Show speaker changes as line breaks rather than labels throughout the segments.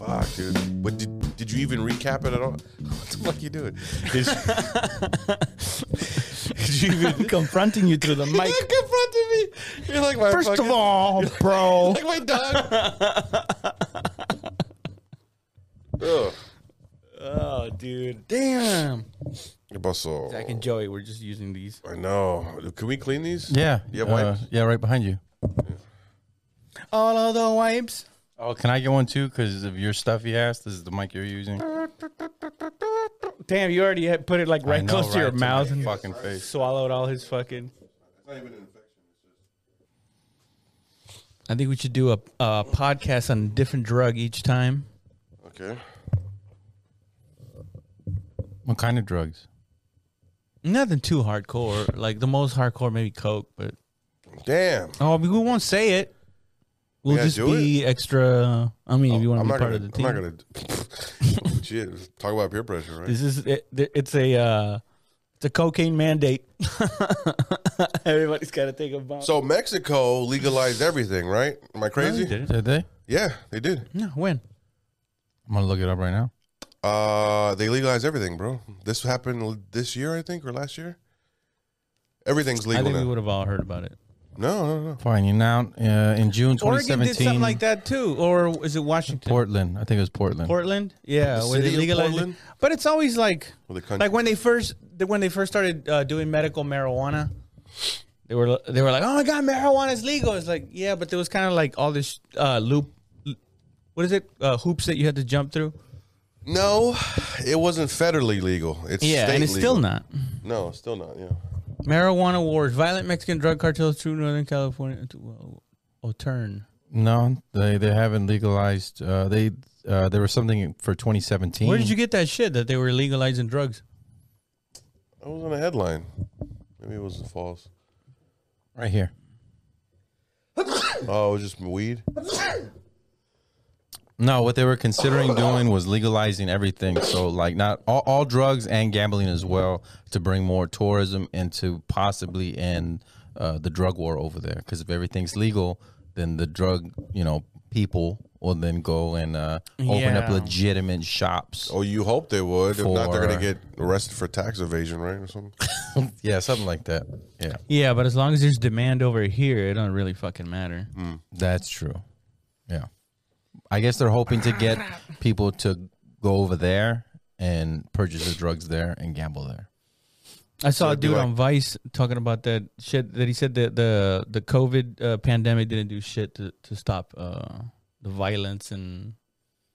Oh,
Fuck, dude. What did did you even recap it at all? What the fuck you doing? Did you, did you even
I'm confronting you through the mic.
You confronted me? You're like my
First of
fucking-
all, bro.
like my dog. Ugh.
Oh, dude. Damn.
Bustle.
Zach and Joey, we're just using these.
I know. Can we clean these?
Yeah.
You have wipes?
Uh, yeah, right behind you.
All of the wipes.
Oh, can I get one too? Because of your stuffy ass, this is the mic you're using.
Damn, you already had put it like
I
right
know,
close to your
right to
mouth
my
and
fucking face.
swallowed all his fucking. I think we should do a, a podcast on a different drug each time.
Okay.
What kind of drugs?
Nothing too hardcore. Like the most hardcore, maybe coke, but
Damn.
oh, we won't say it. We'll
Yeah,
just
do
be extra. I mean, if you want to
I'm
be
not
part
gonna.
of the
I'm
team,
not gonna. Shit. Talk about peer pressure, right?
this is it, it's a uh, it's a cocaine mandate. Everybody's got to take a bump.
So Mexico legalized everything, right? Am I crazy?
Did they?
Yeah, they did.
no, when?
I'm gonna look it up right now.
Uh, they legalized everything, bro. This happened this year, I think, or last year. Everything's
I
legal
think we
now.
would have all heard about it.
No, no, no.
Fine. You now uh, in June 2017.
Oregon did something like that too, or is it Washington?
Portland. I think it was Portland.
Portland, yeah,
The
when they
city of
legalized it.
Portland?
But it's always like,
Well, the country.
like when they first when they first started uh, doing medical marijuana, they were they were like, oh my god, marijuana is legal. It's like, yeah, but there was kind of like all this uh, loop. What is it? Uh, hoops that you had to jump through.
No, it wasn't federally legal. It's state
and it's
legal.
still not.
No, it's still not. Yeah.
Marijuana wars, violent Mexican drug cartels through Northern California. To, oh, turn.
No, they they haven't legalized. Uh, they uh, there was something for 2017.
Where did you get that shit that they were legalizing drugs?
I was on a headline. Maybe it was false.
Right here.
Oh, it was just weed.
No, what they were considering doing was legalizing everything. So like not all, all drugs and gambling as well to bring more tourism and to possibly end uh, the drug war over there. Because if everything's legal, then the drug you know people will then go and uh, open up
Yeah.
legitimate shops.
Oh, you hope they would. If not, they're
For-
gonna get arrested for tax evasion, right, or something.
Yeah, something like that. Yeah,
Yeah, but as long as there's demand over here, it don't really fucking matter.
that's true. Yeah, I guess they're hoping to get people to go over there and purchase the drugs there and gamble there.
I saw a
it'd be
dude
like-
on Vice talking about that shit that he said that the the COVID uh, pandemic didn't do shit to to stop uh, the violence and,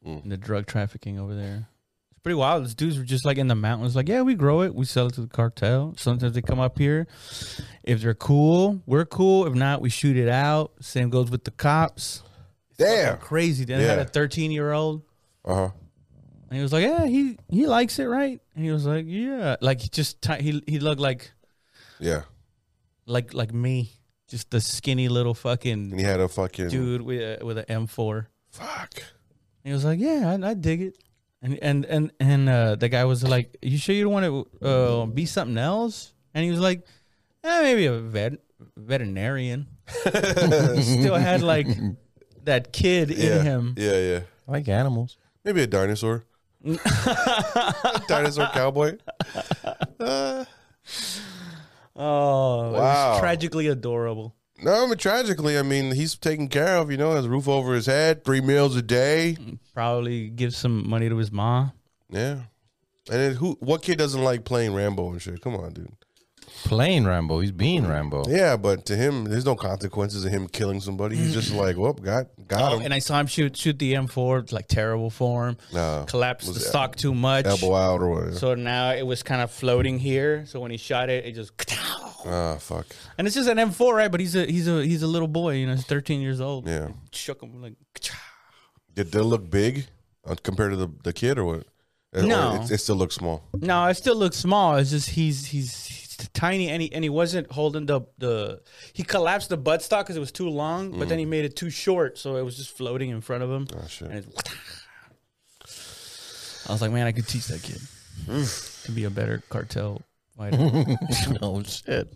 Mm.
and the drug trafficking over there. It's pretty wild. These dudes were just like in the mountains, like yeah, we grow it, we sell it to the cartel. Sometimes they come up here. If they're cool, we're cool. If not, we shoot it out. Same goes with the cops.
Damn.
Crazy. Then I had
Yeah.
a thirteen year old.
Uh
Uh-huh.
huh.
And he was like, "Yeah, he he likes it, right?" And he was like, "Yeah." Like he just ti he he looked like
Yeah.
like like me, just the skinny little
And
fucking
he had a fucking
dude with a, with an M4. And
Fuck.
he was like, "Yeah, I, I dig it." And and and and uh, the guy was like, "You sure you don't want to uh, be something else?" And he was like, eh, "Maybe a vet veterinarian." Still had like that kid
Yeah.
in him.
Yeah, yeah.
I like animals.
Maybe a dinosaur. dinosaur cowboy.
Oh, it was
Wow.
tragically adorable.
No, I mean tragically, I mean he's taken care of. You know, has a roof over his head, three meals a day.
Probably give some money to his mom.
Yeah. And then who? What kid doesn't like playing Rambo and shit? Come on, dude.
Playing Rambo, he's being Rambo.
Yeah, but to him, there's no consequences of him killing somebody. He's just like, well, got got
Oh,
him.
and I saw him shoot shoot the M4. It's like terrible form.
Nah,
Collapsed the
was
stock too much.
elbow out or whatever.
So now it was kind of floating here. So when he shot it, it just
ah, fuck.
and it's just an M4, right? But he's a he's a he's a little boy. You know, he's 13 years old.
Yeah.
Shook him like.
Did they look big uh, compared to the, the kid or what? Or
No.
it, it still looks small.
No, it still looks small. It's just he's he's, he's tiny and he and he wasn't holding the the he collapsed the buttstock because it was too long. But then he made it too short, so it was just floating in front of him.
Ah, shit.
And it's, I was like, man, I could teach that kid to be a better cartel fighter.
oh shit.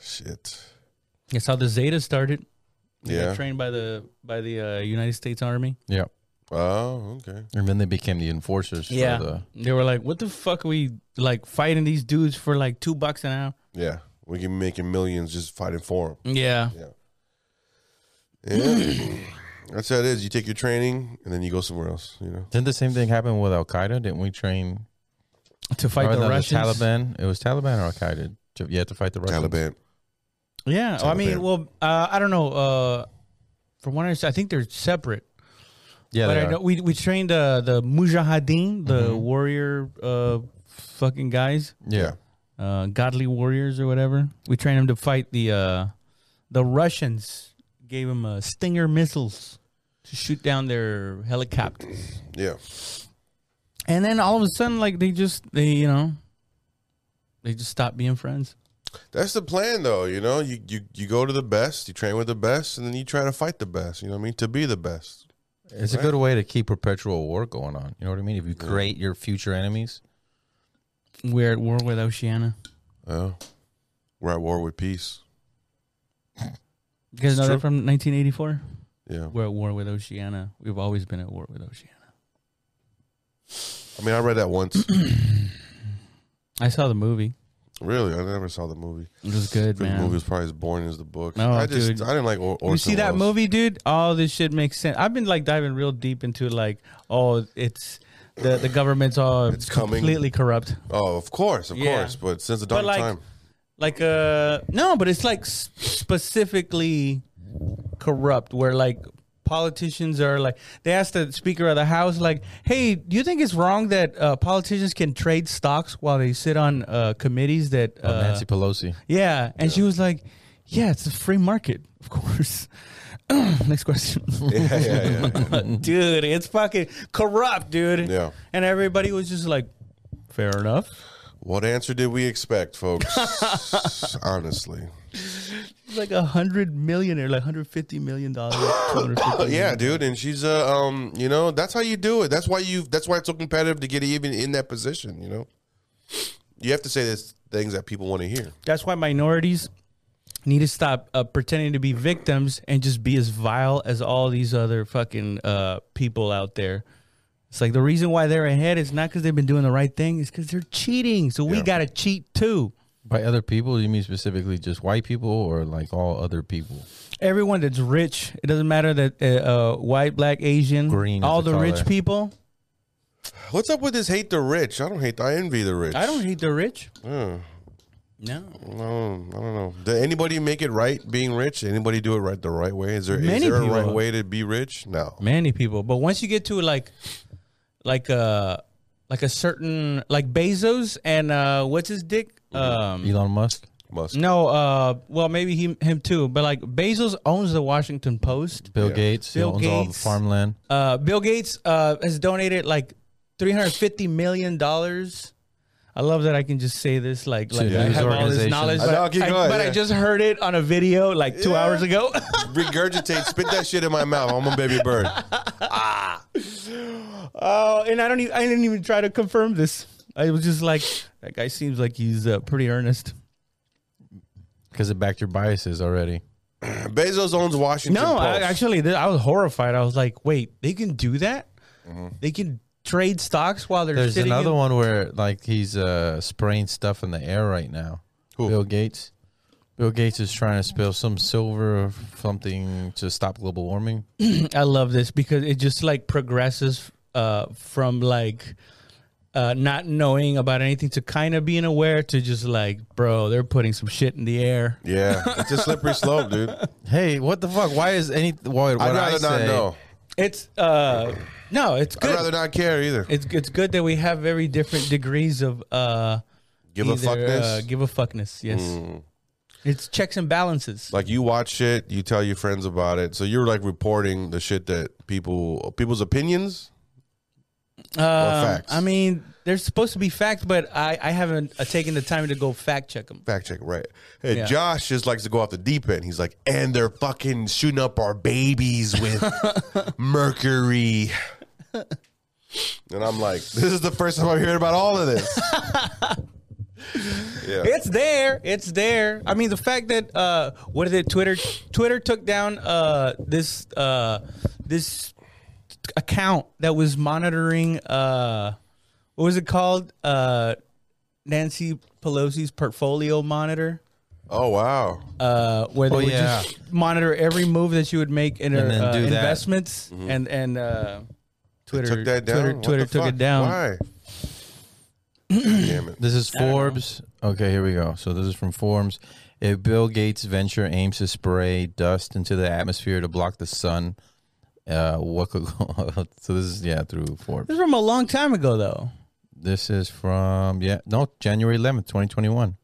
Shit.
That's how the Zeta started. They got
Yeah.
trained by the by the uh, United States Army.
Yeah.
Oh, okay.
And then they became the enforcers.
Yeah.
For the,
They were like, "What the fuck are we like fighting these dudes for like two bucks an hour?"
Yeah, we can making millions just fighting for them.
Yeah,
Yeah. That's how it is. You take your training and then you go somewhere else. You know.
didn't the same thing happen with Al Qaeda? Didn't we train
to fight
or
the,
the, the
Russians.
Taliban? It was Taliban or Al Qaeda. You had to fight the Russians.
Taliban.
Yeah, well, I
Taliban.
mean, well, uh, I don't know. Uh, from what I understand, I think they're separate.
Yeah,
but
they
I
are.
know we we trained uh, the mujahideen, the
Mhm.
warrior uh, fucking guys,
yeah.
uh, godly warriors or whatever. We trained them to fight the uh, the Russians. Gave them uh, Stinger missiles to shoot down their helicopters.
Yeah.
And then all of a sudden, like they just they you know they just stopped being friends.
That's the plan, though. You know, you, you you go to the best, you train with the best, and then you try to fight the best. You know what I mean? To be the best.
It's a good way to keep perpetual war going on. You know what I mean? If you create your future enemies,
We're at war with Oceania
Oh, we're at war with peace.
you guys
It's
know
true.
that from 1984.
Yeah.
We're at war with Oceania. We've always been at war with Oceania.
I mean, I read that once.
I saw the movie.
really, I never saw the movie.
It was good,
The
man.
movie was probably as boring as the book.
No,
I just
dude.
I didn't like. Or-
you
Orson
see that
Welles.
movie, dude? All this shit makes sense. I've been like diving real deep into like, oh, it's the the government's all
It's coming.
completely corrupt.
Oh, of course, of
Yeah.
course. But since the
But
dawn
like,
of time,
like uh, no, but it's like s- specifically corrupt, where like politicians are like they asked the Speaker of the House, like, hey, do you think it's wrong that uh, politicians can trade stocks while they sit on uh, committees that
uh,
uh,
Nancy Pelosi.
Yeah, and she was like, "Yeah, it's a free market, of course." Next question,
yeah, yeah, yeah, yeah.
dude. It's fucking corrupt, dude.
Yeah.
and everybody was just like, "Fair enough."
What answer did we expect, folks? Honestly,
It's like a hundred million or like hundred fifty million dollars. Oh,
But yeah, dude, and she's uh, um, you know, that's how you do it. That's why you. That's why it's so competitive to get even in that position. You know, you have to say this things that people want to hear.
That's why minorities need to stop uh, pretending to be victims and just be as vile as all these other fucking uh, people out there. It's like the reason why they're ahead is not because they've been doing the right thing; it's because they're cheating. So we
Yeah.
gotta cheat too.
By other people, you mean specifically just white people or like all other people?
everyone that's rich. It doesn't matter that uh, uh, white, black, Asian,
Green is
all
the
the rich
color.
people.
What's up with this hate the rich? I don't hate. I envy the rich.
I don't hate the rich.
Yeah,
No,
no, I don't know. Did anybody make it right being rich? Anybody do it right the right way? Is there is
Many
there a
people.
right way to be rich? No.
many people. But once you get to like, like uh like a certain like Bezos and uh, what's his dick? Um,
Elon Musk?
Musk.
no, uh, well maybe him him too. But like Bezos owns the Washington Post.
Bill
Yeah.
Gates?
Bill
he owns all the
Gates.
farmland.
Uh, Bill Gates uh, has donated like three hundred fifty million dollars. I love that I can just say this like like
To
I
his
have all this
organization.
knowledge,
I
but,
know, keep
I,
going,
but I
yeah.
just heard it on a video like two
Yeah.
hours ago.
Regurgitate. spit that shit in my mouth. I'm a baby bird.
Oh, and I don't even I didn't even try to confirm this. I was just like that guy seems like he's uh, pretty earnest.
Because it backed your biases already.
Bezos owns Washington.
No, I,
Post.
actually th- I was horrified. I was like, wait, they can do that? They can trade stocks while they're
There's
sitting.
another
in-
one where like he's uh, spraying stuff in the air right now.
Who?
Bill Gates. Bill Gates is trying to spill some silver or something to stop global warming.
I love this because it just like progresses uh, from like uh, not knowing about anything to kind of being aware to just like, bro, they're putting some shit in the air.
Yeah, it's a slippery slope, dude.
Hey, what the fuck? Why is any why, what
I'd rather
I
not
say-
know.
It's uh, no, it's
I'd
good.
rather not care either.
it's it's good that we have very different degrees of uh,
Give a
either,
fuckness. Hmm.
Uh, give a fuckness. Yes, it's checks and balances.
like you watch shit, you tell your friends about it, so you're like reporting the shit that people people's opinions.
Um,
facts.
I mean, they're supposed to be fact, but I I haven't uh, taken the time to go fact check them.
Fact check, right? Hey,
Yeah.
Josh just likes to go off the deep end. He's like, and they're fucking shooting up our babies with mercury. and I'm like, this is the first time I'm hearing about all of this. yeah.
It's there. It's there. I mean, the fact that uh, what is it? Twitter. Twitter took down uh, this uh, this account that was monitoring uh what was it called? Uh Nancy Pelosi's portfolio monitor.
Oh wow.
uh, where they
Oh,
would
yeah.
just monitor every move that you would make in her,
And then
uh,
do that.
investments, and and uh, Twitter
Mm-hmm. took that down.
Twitter,
What
Twitter
the
took
fuck?
it down.
Why? Damn it.
This is Forbes. Okay, here we go. So this is from Forbes. If Bill Gates' venture aims to spray dust into the atmosphere to block the sun, uh, what could go? so this is yeah through Forbes.
This is from a long time ago, though.
This is from yeah no January eleventh, twenty twenty one.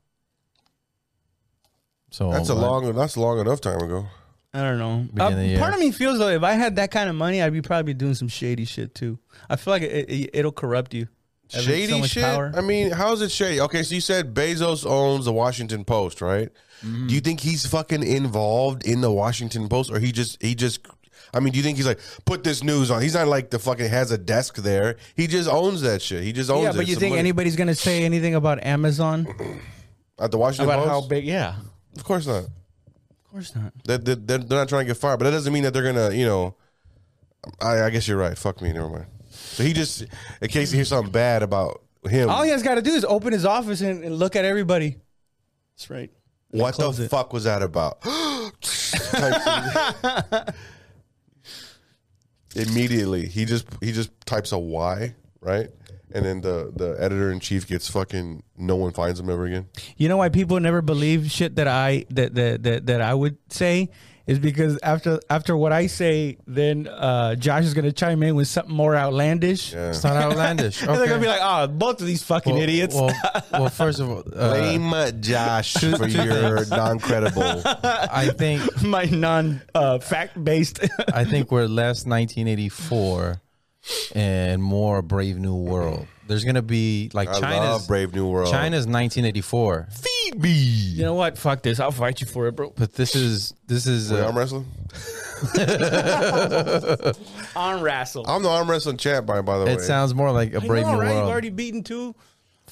So
That's a
uh,
long. That's a long enough time ago.
I don't know.
Beginning of the
Uh, part
year.
of me feels though, if I had that kind of money, I'd be probably doing some shady shit too. I feel like it, it, it'll corrupt you. Having so
Shady
much
shit.
power.
I mean, how's it shady? Okay, so you said Bezos owns the Washington Post, right?
Mm-hmm.
Do you think he's fucking involved in the Washington Post, or he just he just? I mean, do you think he's like put this news on? He's not like the fucking has a desk there. He just owns that shit. He just owns.
yeah, but
Oh, it.
you
Some
think
money-
anybody's gonna say anything about Amazon
at the Washington
about how
Post?
big? Yeah,
Of course not.
of course not.
They're, they're, they're not trying to get fired, but that doesn't mean that they're gonna, you know. I, I guess you're right. Fuck me. Never mind. So he just, in case you hear something bad about him,
Oh,
All he has got to do is open his office and, and look at everybody. That's right.
what the
close it.
fuck was that about? Types in- Immediately, he just he just types a Y, right? And then the the editor in chief gets fucking. No one finds him ever again.
You know why people never believe shit that I that that that, that I would say is because after after what I say, then uh, Josh is gonna chime in with something more outlandish.
It's not outlandish.
And
Okay.
they're gonna be like, "Oh, both of these fucking
Well-
idiots."
Well, well, first of all, uh,
Blame Josh for your non credible.
I think
My non uh, fact based.
I think we're less 1984 and more Brave New World. There's gonna be like
I
China's
love Brave New World.
China's 1984,
Phoebe.
you know what? Fuck this. I'll fight you for it, bro.
but this is this is
Wait,
uh,
arm wrestling.
On wrestle.
I'm the arm wrestling champ, by, by the way.
it sounds more like a
I
Brave
know,
New
right? You've
World.
already beaten two.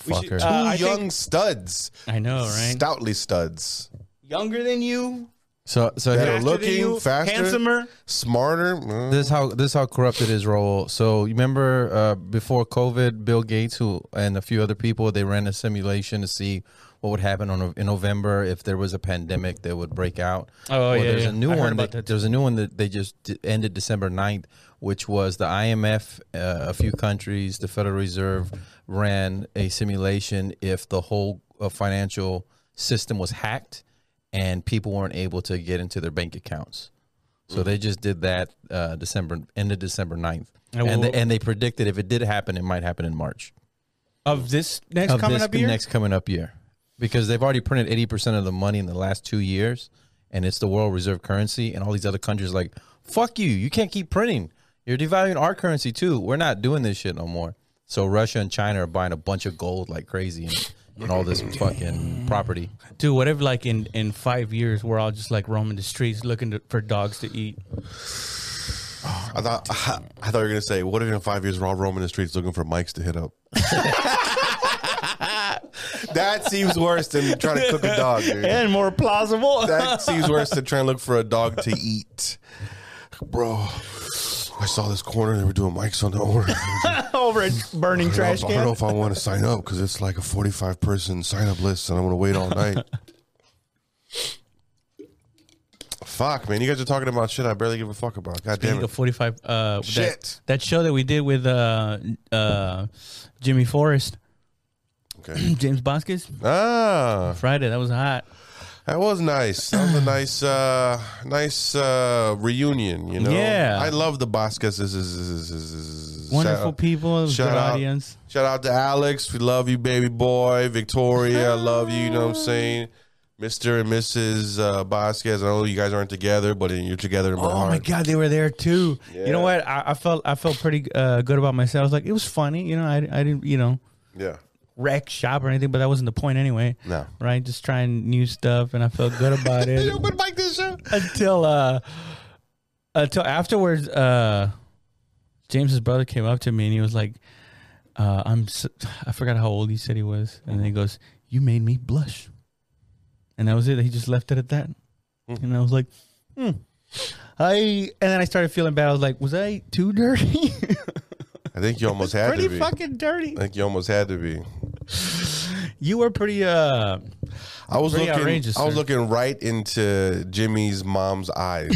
we should-
Fucker.
Two
uh, I
young
think-
studs,
I know,
stoutly studs,
Younger than you.
so so
Better Faster
here-
than looking, you, faster. handsomer. smarter. mm,
Mm-hmm.
this how this how corrupted is role. So you remember uh, before COVID, Bill Gates who and a few other people they ran a simulation to see what would happen on in November if there was a pandemic that would break out.
Oh, yeah,
There's
yeah.
a new
I heard
one.
about
that,
that.
there's a new one that they just d- ended December 9th, which was the IMF, uh, a few countries, the Federal Reserve ran a simulation if the whole uh, financial system was hacked and people weren't able to get into their bank accounts. So they just did that uh, December ended December 9th.
And
And,
we'll-
they, and they predicted if it did happen, it might happen in March
Of this next
of
coming
this
up year.
next coming up year, because they've already printed eighty percent of the money in the last two years, and it's the world reserve currency, and all these other countries are like fuck you, you can't keep printing. You're devaluing our currency too. We're not doing this shit no more. So Russia and China are buying a bunch of gold like crazy and, and all this fucking property.
Dude, what if like in in five years we're all just like roaming the streets looking to, for dogs to eat?
I thought I thought you were gonna say, "What if in five years we're all roaming the streets looking for mics to hit up?" that seems worse than trying to cook a dog, dude.
And more plausible.
That seems worse than trying to look for a dog to eat, bro. I saw this corner; they were doing mics on the corner.
over a burning trash
I don't know
can.
if I want to sign up because it's like a forty-five person sign-up list, and I'm gonna wait all night. Fuck, man! You guys are talking about shit I barely give a fuck about. God damn
Think
it!
of 45 uh that-
Shit.
That, show that we did with uh uh Jimmy Forrest,
Okay.
James Bosques,
Ah,
Friday, that was hot.
That was nice. That was a nice, uh, nice uh, reunion. You know,
Yeah.
I love the Boscas.
Wonderful people,
shout
good
out.
audience.
Shout out to Alex. We love you, baby boy. Victoria, I love you. You know what I'm saying, Mister and Mrs. Uh, Bosquez. I know you guys aren't together, but you're together in my
Oh
heart.
my god, they were there too. You know what? I, I felt I felt pretty uh, good about myself. I was like it was funny, you know, I, I didn't, you know,
Yeah,
wreck shop or anything, but that wasn't the point anyway.
no.
Right? Just trying new stuff and I felt good about it.
But like this show.
until uh until afterwards uh James's brother came up to me and he was like uh I'm s I forgot how old he said he was and he goes you made me blush and that was it he just left it at that and I was like hmm I and then I started feeling bad. I was like, was I too dirty?
I think you almost had to
pretty
be.
fucking dirty.
I think you almost had to be.
You were pretty uh
I was
Pretty
looking.
outrageous,
I was
sir.
looking right into Jimmy's mom's eyes.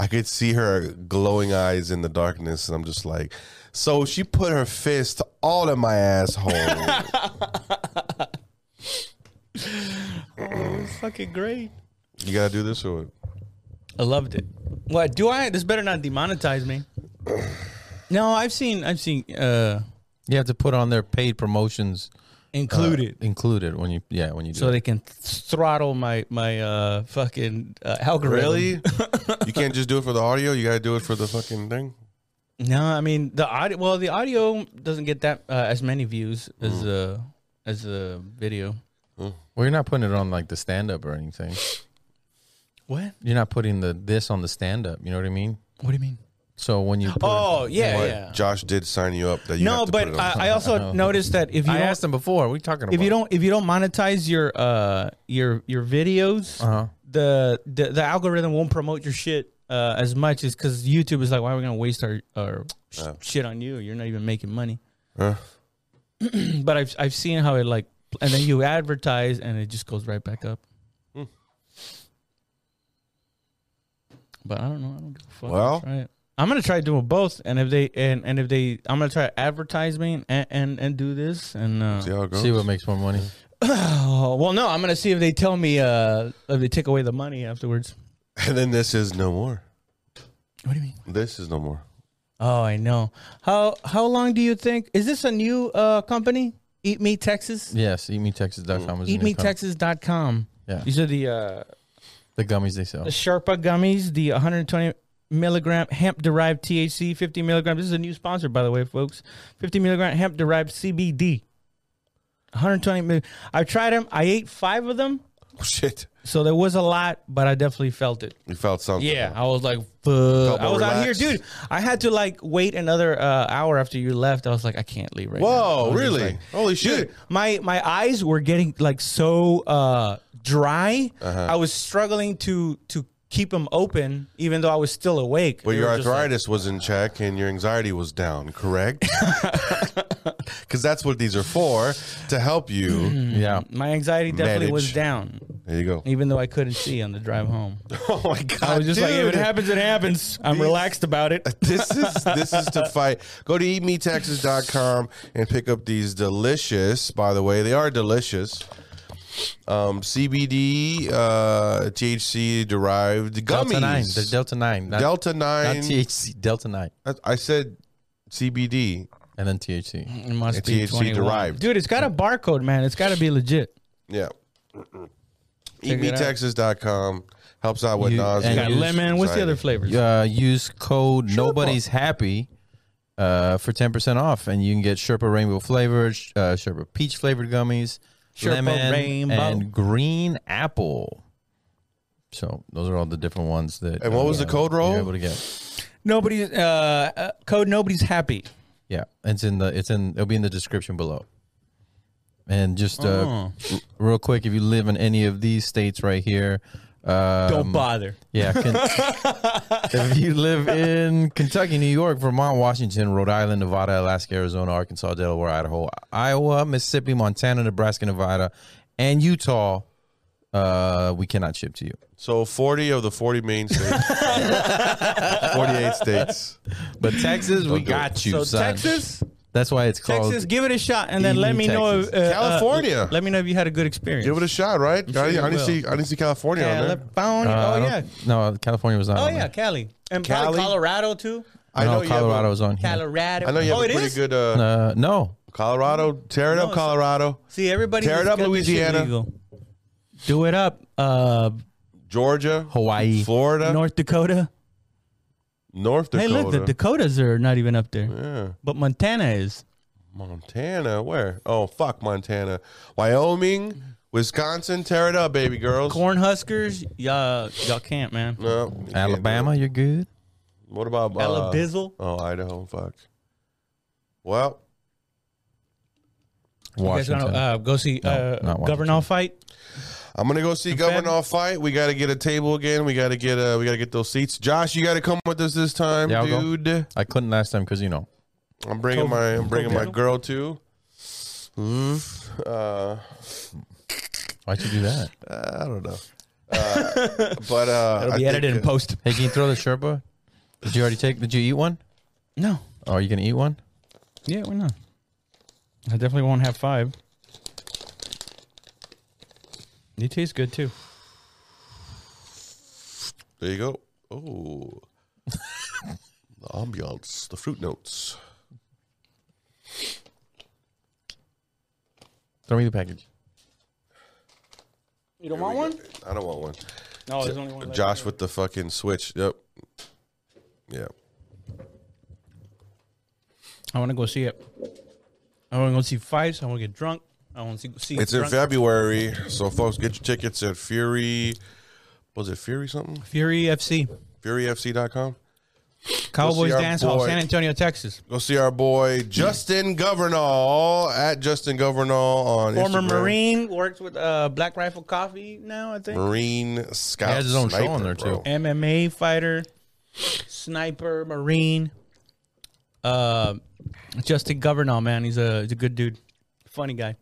I could see her glowing eyes in the darkness, and I'm just like, so she put her fist all in my asshole.
fucking great.
you gotta do this or what?
I loved it. What do I? This better not demonetize me. No, I've seen, I've seen uh
You have to put on their paid promotions uh,
included,
included when you yeah when you do.
so
it.
they can throttle my my uh fucking uh, algorithm.
Really? you can't just do it for the audio. You gotta do it for the fucking thing.
No, I mean the audio. Well, the audio doesn't get that uh, as many views as uh as a video.
well, you're not putting it on like the stand up or anything.
What?
You're not putting the this on the stand up. You know what I mean?
What do you mean?
So when you put
Oh yeah,
But
yeah.
Josh did sign you up that you
no,
have to
but
put it on.
I, I also noticed that if you
I
don't,
asked them before. What are you talking about?
if you don't if you don't monetize your uh your your videos,
Uh-huh.
the, the the algorithm won't promote your shit uh, as much is because YouTube is like, why are we gonna waste our our sh- shit on you? You're not even making money.
Huh?
But I've I've seen how it like, and then you advertise and it just goes right back up. Hmm. But I don't know. I don't give a fuck.
Well.
I'll try it. I'm gonna try doing both, and if they and, and if they, I'm gonna try advertising and and, and do this and uh,
See how it goes.
see what makes more money.
Oh, well, no, I'm gonna see if they tell me uh if they take away the money afterwards.
and then this is no more.
What do you mean?
This is no more.
Oh, I know. How how long do you think is this a new uh company? Eat Me Texas?
Yes, eatmetexas.com is the new company.
EatMeTexas.com.
Yeah.
These are the uh
the gummies they sell.
the Sherpa gummies, the 120 milligram hemp derived THC, 50 milligrams. This is a new sponsor, by the way, folks. 50 milligram hemp derived CBD. 120 mil. I tried them. I ate five of them,
Shit,
so there was a lot, but I definitely felt it.
you felt something.
Yeah, I was like, fuck. I was out here,
relaxed.
dude. I had to like wait another uh, hour after you left. I was like, I can't leave right now. I
Whoa,
was just
really?
like-
Holy shit!
dude, my my eyes were getting like so uh, dry.
Uh-huh.
I was struggling to to keep them open, even though I was still awake.
But
They
your
were just like-
arthritis was in check and your anxiety was down, correct? Because that's what these are for to help
Mm.
you.
Yeah.
my anxiety definitely was
Manage.
down,
There you go.
even though I couldn't see on the drive home.
Oh my god!
I was just like, if
dude.
it happens, it happens. I'm
These-
relaxed about it.
this is this is to fight. Go to eatmetexas.com and pick up these delicious. By the way, they are delicious. Um, CBD, uh, THC derived gummies.
Delta 9. The Delta 9. Not,
Delta
not
nine.
THC. Delta 9.
I- I said CBD.
And then THC.
It must
It's
be
THC
21.
derived.
dude. It's got a barcode, man. It's got to be legit.
Yeah.
Check it out.
EatMeTexas.com helps out with
You-
Nas.
and
Got
use-
lemon. What's the
anxiety.
other flavors?
Uh, use code Nobody's Happy uh, for 10% off. And you can get Sherpa Rainbow flavored, sh- uh, Sherpa Peach flavored gummies,
Sherpa
lemon,
Rainbow.
and green apple. So those are all the different ones that. uh,
And what was the code,
you're
Raul?
able to get.
Nobody's uh, uh, code. Nobody's happy.
Yeah, it's in the it's in it'll be in the description below. And just uh,
Uh-huh.
r- real quick, if you live in any of these states right here, uh,
Um,
Don't bother.
Yeah. Ken- if you live in Kentucky, New York, Vermont, Washington, Rhode Island, Nevada, Alaska, Arizona, Arkansas, Delaware, Idaho, Iowa, Mississippi, Montana, Nebraska, Nevada, and Utah, uh, we cannot ship to you.
So 40 of the 40 main states. 48 states.
But Texas, we
do
got you,
So
son.
Texas,
That's why it's called.
Texas, give it a shot, and then
Eat
let
me
me know. If,
Texas.
uh,
E California.
uh, let me know if you had a good experience.
Give it a shot, right? I,
sure you
I didn't
will.
see I didn't see California on there.
California.
Uh, I
oh
don't-
yeah.
No, California was not.
Oh
on
yeah,
there.
Cali and probably
Cali?
Colorado too.
I
no,
know you have a-
Colorado was on here.
Colorado.
I know you have
oh,
a
it
pretty
is?
good uh,
Uh, no,
Colorado. Tear it
No,
up,
it's-
Colorado.
See everybody.
Tear it
that's
up,
got this shit
Louisiana.
legal. Do it up, uh,
Georgia.
Hawaii.
Florida. North,
North Dakota.
Dakota.
Hey, look, the Dakotas are not even up there,
yeah.
but Montana is.
Montana. Where? Oh, fuck Montana. Wyoming. Wisconsin. Tear it up, baby girls.
Cornhuskers, y'all, y'all can't, man.
No, you can't do
Alabama, you're good.
it. What about uh,
Alabizzle.
Oh, Idaho. Fuck. Well,
You guys
Washington.
gonna uh, go see
No,
uh,
not Washington.
Governor fight?
I'm gonna go see
Fab-
Governor fight. We gotta get a table again. We gotta get uh we gotta get those seats. Josh, you gotta come with us this time,
Yeah, I'll go.
dude.
I couldn't last time because you know.
I'm bringing
Covid-
my I'm bringing my
Covid.
girl too. Mm, Uh,
Why'd you do that?
I don't know. Uh, but uh,
It'll
I
be
think,
edited
uh,
and post.
Hey, can you throw the Sherpa? Did you already take? Did you eat one?
No.
Oh, are you gonna eat one?
Yeah, why not? I definitely won't have five. They taste good too.
There you go. Oh, the ambiance, the fruit notes.
Throw me the package.
You don't
Here we go. I don't want one.
No, there's only one.
Josh with the fucking switch. Yep. Yeah.
I want to go see it. I want to go see fights. I want to get drunk. I want to see. see
It's in
drunk-
February, so folks, get your tickets at Fury. Was it Fury something?
Fury FC,
FuryFC.com.
Cowboys
our
Dance Hall,
boy.
San Antonio, Texas.
Go see our boy Justin Governall at Justin Governall on
Former
Instagram.
Marine works with uh, Black Rifle Coffee now. I think
Marine Scout.
He has his own show
sniper,
on there, too.
bro.
MMA fighter, sniper, Marine. Uh, Justin Governor, man, he's a he's a good dude, funny guy.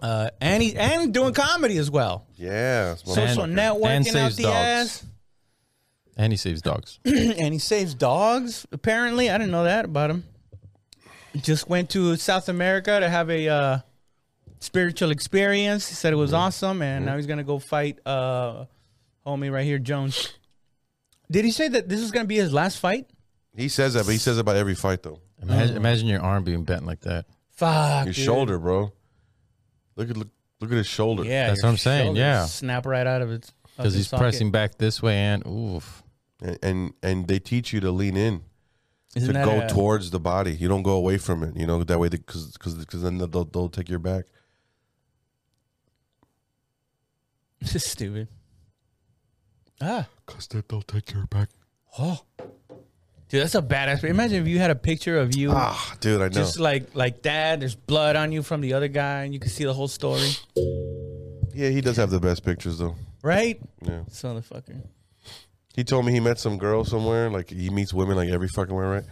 Uh, and he and doing comedy as well.
Yeah. that's what I'm-
Social
And-
networking
and
out
saves
the
dogs.
ass.
And he saves dogs.
and he saves dogs. Apparently, I didn't know that about him. Just went to South America to have a uh, spiritual experience. He said it was
Mm-hmm.
awesome, and now he's gonna go fight uh, homie right here, Jones. Did he say that this is gonna be his last fight?
He says that, but he says about every fight though.
Imagine, imagine your arm being bent like that.
Fuck,
His
dude.
shoulder, bro. Look at look, look at his shoulder.
Yeah,
That's
your
what I'm saying,
shoulder
yeah.
snap right out of it
Because he's pressing back this way and oof.
And, and and they teach you to lean in.
Isn't
to
that
go
a-
towards the body. You don't go away from it. You know that way because because because then they'll, they'll take your back.
This is stupid. Ah,
Because then they'll take your back.
oh, dude, that's a badass. Imagine if you had a picture of you.
Ah, dude, I know.
Just like like that, there's blood on you from the other guy, and you can see the whole story,
yeah, he does have the best pictures though.
right?
Yeah,
This motherfucker.
he told me he met some girl somewhere. Like he meets women like every fucking where, right?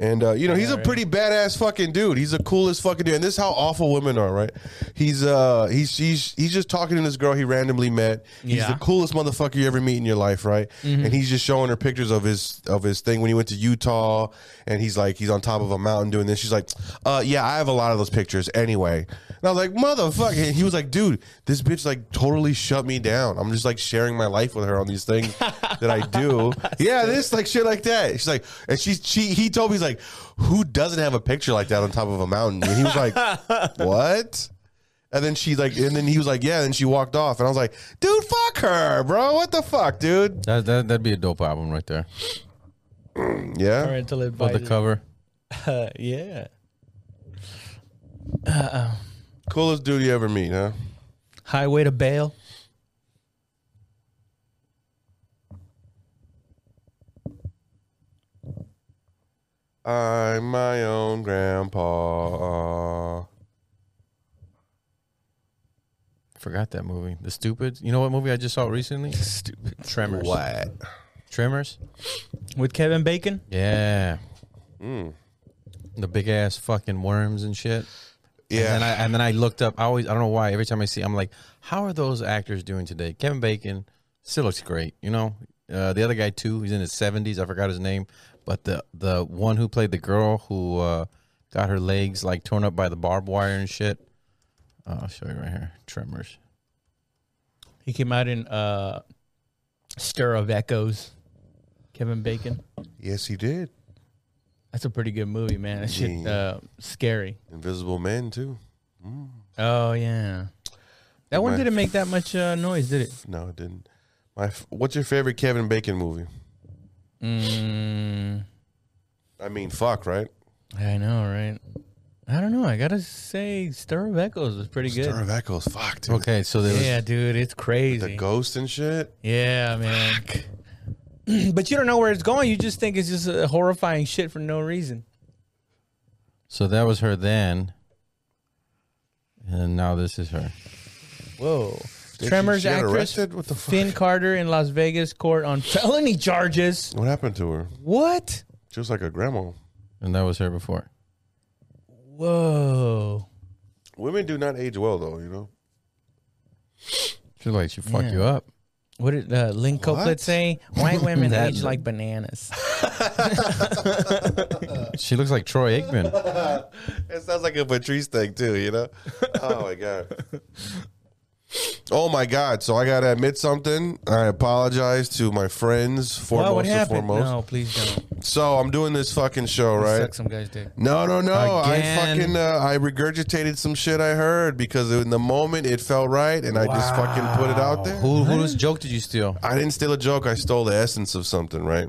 And uh, you know he's a pretty badass fucking dude. He's the coolest fucking dude. And this is how awful women are, right? He's uh he's he's he's just talking to this girl he randomly met. He's
Yeah.
the coolest motherfucker you ever meet in your life, right? And he's just showing her pictures of his of his thing when he went to Utah, and he's like he's on top of a mountain doing this. She's like, uh, yeah, I have a lot of those pictures anyway. And I was like, motherfucker. And he was like, dude, this bitch like totally shut me down. I'm just like sharing my life with her on these things that I do. yeah, this like shit like that. She's like, and she she he told me he's like, who doesn't have a picture like that on top of a mountain? And he was like, what? And then she like, and then he was like, yeah. And she walked off, and I was like, dude, fuck her, bro. What the fuck, dude?
That, that, that'd be a dope album right there.
Yeah.
All right, until it
With
bites.
the cover.
Uh, yeah.
Coolest dude you ever meet, huh?
Highway to bail.
I'm my own grandpa.
Forgot that movie. The Stupid. You know what movie I just saw recently?
Stupid.
Tremors.
What?
Tremors?
With Kevin Bacon.
Yeah. The big ass fucking worms and shit.
Yeah.
And then I and then I looked up. I always I don't know why. Every time I see, I'm like, how are those actors doing today? Kevin Bacon still looks great. You know, uh, the other guy too. He's in his 70s. I forgot his name, but the the one who played the girl who uh, got her legs like torn up by the barbed wire and shit. Uh, I'll show you right here. Tremors.
He came out in uh, Stir of Echoes. Kevin Bacon.
yes, he did.
That's a pretty good movie, man. That shit
Yeah.
uh, scary.
Invisible Man too.
Oh yeah. That one
My-
didn't make that much uh, noise, did it?
No, it didn't. My, f- what's your favorite Kevin Bacon movie?
Mm,
I mean, fuck, right?
I know, right? I don't know. I gotta say, Stir of Echoes was pretty good.
Star of Echoes. Fuck, dude.
Okay, so there was
Yeah, dude, it's
The
crazy.
ghost and shit.
yeah, man. but you don't know where it's going. You just think it's just a horrifying shit for no reason.
so that was her then, and now this is her.
Whoa.
she-
Tremors
she got
actress
arrested? What the fuck?
Finn Carter in Las Vegas court on felony charges.
What happened to her?
What?
She was like a grandma.
and that was her before.
Whoa.
Women do not age well, though. You know.
She's like, she fuck
Yeah.
you up.
What did uh, Lynn Copeland
What?
say? White women
That-
age like bananas.
She looks like Troy Aikman.
It sounds like a Patrice thing too, you know? Oh my god. Oh my god. So I gotta admit something. I apologize to my friends,
Wow,
foremost
what
and
happened?
foremost.
No, please don't.
So I'm doing this fucking show, right?
Suck some guy's dick.
No, no, no. I
Again.
fucking uh, I regurgitated some shit I heard because in the moment it felt right and I just fucking put it out there.
Who whose joke did you steal?
I didn't steal a joke. I stole the essence of something, right?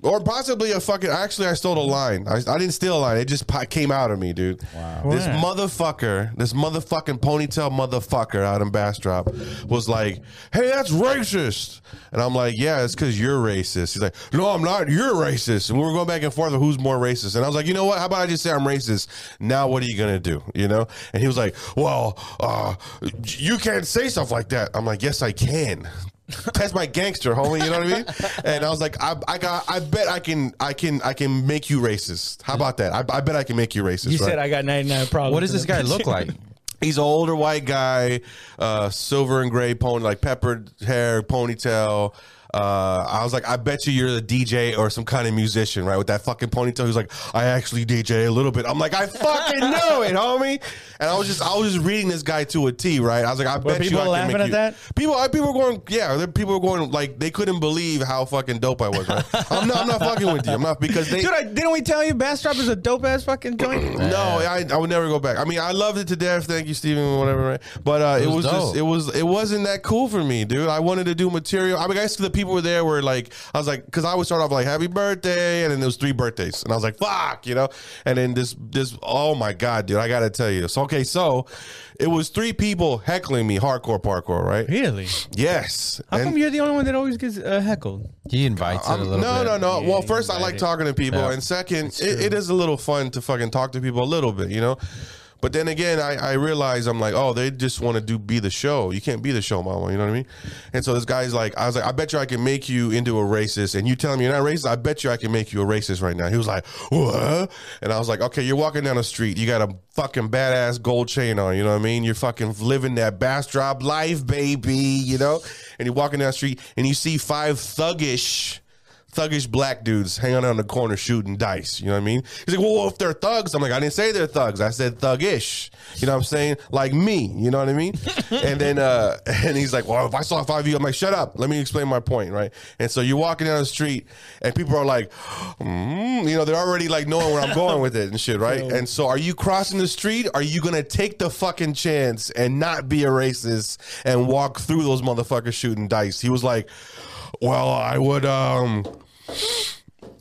Or possibly a fucking. Actually, I stole a line. I, I didn't steal a line. It just po- came out of me, dude. Wow. This
Wow.
motherfucker, this motherfucking ponytail motherfucker out in Bastrop was like, hey, that's racist. And I'm like, yeah, it's because you're racist. He's like, no, I'm not. You're racist. And we were going back and forth of who's more racist. And I was like, you know what? How about I just say I'm racist? Now, what are you going to do? You know? And he was like, well, uh, you can't say stuff like that. I'm like, yes, I can. That's my gangster, homie. You know what I mean? And I was like, I, I got, I bet I can, I can, I can make you racist. How about that? I, I bet I can make you racist.
You
right?
said I got 99 problems.
What does this guy
with
look like?
He's an older white guy, uh, silver and gray pony, like peppered hair, ponytail. Uh, I was like, I bet you you're the DJ or some kind of musician, right? With that fucking ponytail. He's like, I actually DJ a little bit. I'm like, I fucking know it, homie. And I was just, I was just reading this guy to a T, right? I was like, I bet you
people
I can
laughing
make
at
you-
that?
People, I, people were going, yeah, there- people were going like they couldn't believe how fucking dope I was. Right? I'm not, I'm not fucking with you. I'm not because they,
Dude, I, didn't we tell you Bastrop is a dope ass fucking joint?
no, I, I would never go back. I mean, I loved it to death. Thank you, Steven, or whatever. Right? But uh, it
It
was,
was
just
dope.
it was it wasn't that cool for me, dude. I wanted to do material. I mean, I guess the people were there were like, I was like, because I would start off like Happy Birthday, and then there was three birthdays, and I was like, fuck, you know. And then this this oh my god, dude, I gotta tell you this. Okay, so it was three people heckling me, hardcore parkour, right?
Really?
Yes.
How
And-
come you're the only one that always gets uh, heckled?
He invites it a
I'm-
little
no,
bit.
no, no.
Yeah,
well,
you
first, I like
invited.
talking to people,
Yeah.
and second, it, it is a little fun to fucking talk to people a little bit, you know. But then again, I, I realize I'm like, oh, they just want to do be the show. You can't be the show, mama. You know what I mean? And so this guy's like, I was like, I bet you I can make you into a racist. And you telling me you're not racist? I bet you I can make you a racist right now. He was like, what? And I was like, okay, you're walking down the street. You got a fucking badass gold chain on. You know what I mean? You're fucking living that bastrop life, baby. You know? And you're walking down the street and you see five thuggish thuggish black dudes hanging out on the corner shooting dice. You know what I mean? He's like, well, if they're thugs, I'm like, I didn't say they're thugs. I said thuggish. You know what I'm saying? Like me. You know what I mean? and then uh, and he's like, well, if I saw five of you, I'm like, shut up. Let me explain my point, right? And so you're walking down the street, and people are like, mm, you know, they're already like knowing where I'm going with it and shit, right? And so are you crossing the street? Are you gonna take the fucking chance and not be a racist and walk through those motherfuckers shooting dice? He was like. Well, I would um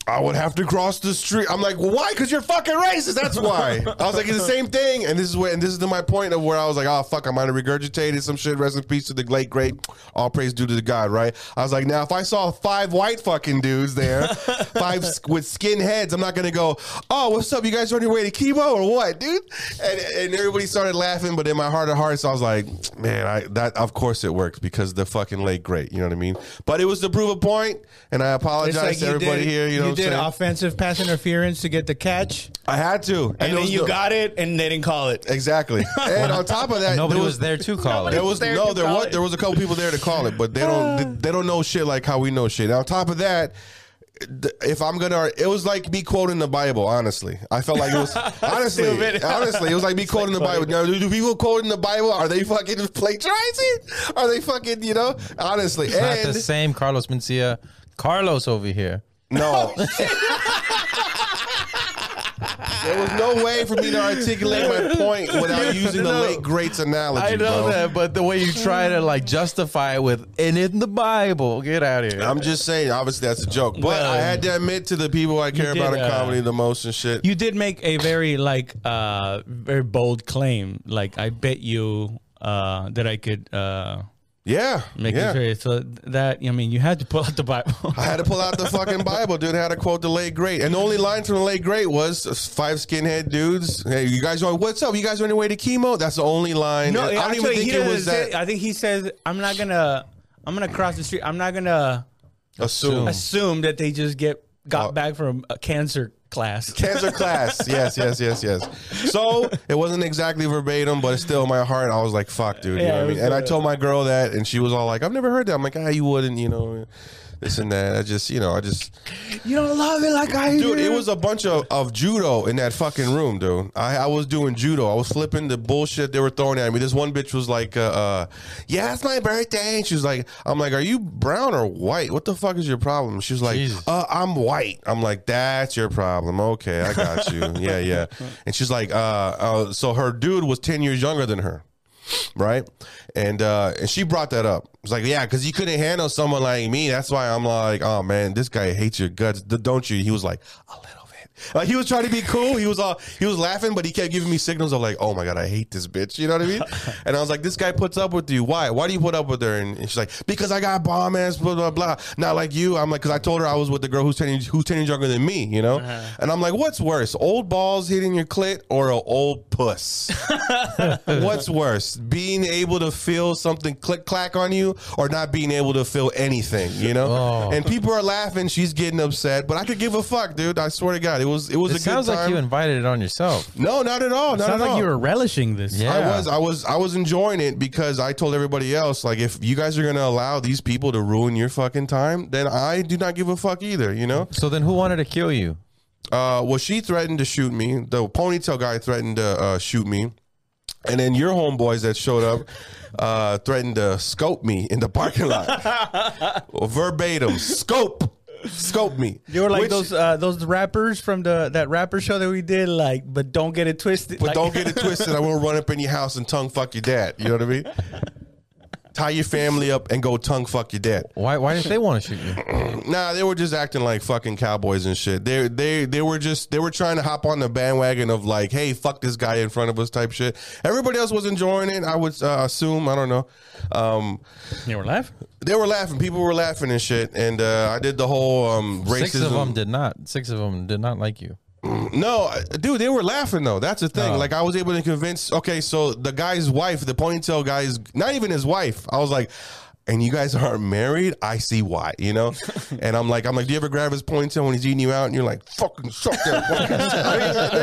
I would have to cross the street. I'm like, why? Because you're fucking racist. That's why. I was like, it's the same thing. And this is where, and this is my point of where I was like, oh fuck, I might have regurgitated some shit. Rest in peace to the late great. All praise due to the God. Right. I was like, now if I saw five white fucking dudes there, five s- with skin heads, I'm not gonna go, oh, what's up? You guys on your way to Kibo or what, dude? And, and everybody started laughing, but in my heart of hearts, I was like, man, I that of course it worked because the fucking late great. You know what I mean? But it was to prove a point, and I apologize to everybody here. You know, what I'm
did
saying?
offensive pass interference to get the catch,
I had to, and, there was no-
it, and they didn't call it.
exactly. And on top of that,
Nobody
there
was there to call
There
it.
was
there
no,
to
there
call
was
it.
there was a couple people there to call it, but they don't they, they don't know shit like how we know shit. And on top of that. th- If I'm gonna, it was like me quoting the Bible. Honestly, I felt like it was honestly,
Stupid.
honestly, it was like me quoting the Bible. Now, do, do people quoting the Bible? Are they fucking plagiarizing? Are they fucking, you know? Honestly,
Not the
and
same Carlos Mencia. Carlos over here.
No. there was no way for me to articulate my point without using the late greats analogy, bro.
but the way you try to like justify it with and in the Bible, get out of here.
I'm just saying, obviously that's a joke, but
Well,
I had to admit to the people I care
did,
about in
uh,
comedy the most and shit.
You did make a very like uh very bold claim. Like I bet you uh that I could uh
Yeah,
Making
yeah.
sure. So that I mean, you had to pull out the Bible.
I had to pull out the fucking Bible, dude. I had to quote the late great, and the only line from the late great was five skinhead dudes. Hey, you guys are what's up? You guys on your way to chemo? That's the only line.
No,
And I don't
actually,
even think
he
it was
doesn't say-
that.
I think he says, "I'm not gonna, I'm gonna cross the street. I'm not gonna
Assume
assume that they just get got
Oh.
back from a cancer class."
cancer class. Yes, yes, yes, yes. So it wasn't exactly verbatim, but it's still in my heart. I was like, "Fuck, dude." You know
Yeah,
what I
it
mean?
was
And I
the-
told my girl that, and she was all like, "I've never heard that." I'm like, "Ah, you wouldn't," you know, this and that. I just, you know, I just.
you don't love it like I
Dude,
do.
it was a bunch of, of judo in that fucking room, dude. I, I was doing judo. I was flipping the bullshit they were throwing at me. This one bitch was like, uh, uh, yeah, it's my birthday. And she was like, I'm like, are you brown or white? What the fuck is your problem? She was like,
Jesus.
uh, I'm white. I'm like, that's your problem. Okay, I got you. yeah, yeah. And she's like, uh, uh, so her dude was 10 years younger than her right? And uh and she brought that up. It's like, yeah, because you couldn't handle someone like me. That's why I'm like, oh man, this guy hates your guts, d- don't you? He was like, a little bit. Like he was trying to be cool. He was all he was laughing, but he kept giving me signals of like, oh my god, I hate this bitch. You know what I mean? And I was like, this guy puts up with you. Why? Why do you put up with her? And, and she's like, because I got bomb ass, blah blah blah. Not like you. I'm like, because I told her I was with the girl who's ten years- who's ten years younger than me. You know? And I'm like, what's worse, old balls hitting your clit or an old puss? What's worse, being able to feel something click clack on you, or not being able to feel anything? You know.
Oh.
And people are laughing. She's getting upset, but I could give a fuck, dude. I swear to God, it was it was
It
a good
sounds
time.
like you invited it on yourself.
no, not at all. Not at
Sounds
all.
like you were relishing this.
Yeah.
I was, I was, I was enjoying it because I told everybody else, like, if you guys are gonna allow these people to ruin your fucking time, then I do not give a fuck either. You know.
So then, who wanted to kill you?
Uh, well, she threatened to shoot me. The ponytail guy threatened to uh, shoot me. And then your homeboys that showed up uh, threatened to scope me in the parking lot. Verbatim. Scope. Scope me.
They were like
Which-
those uh, those rappers from the that rapper show that we did, like, but don't get it twisted.
But
like-
don't get it twisted. I won't run up in your house and tongue fuck your dad. You know what I mean? Tie your family up and go tongue fuck your dad.
Why? Why did they want to shoot you?
Nah, they were just acting like fucking cowboys and shit. They they they were just they were trying to hop on the bandwagon of like, hey, fuck this guy in front of us type shit. Everybody else was enjoying it. I would uh, assume. I don't know. Um,
You were laughing.
they were laughing. People were laughing and shit. And uh, I did the whole um, racism.
Six of them did not. Six of them did not like you.
No, I- dude, they were laughing though. That's the thing. Like I was able to convince. Okay, so the guy's wife, the ponytail guy's not even his wife. I was like, and you guys aren't married. I see why, you know. and I'm like, I'm like, do you ever grab his ponytail when he's eating you out? And you're like, fucking suck that. ponytail." I,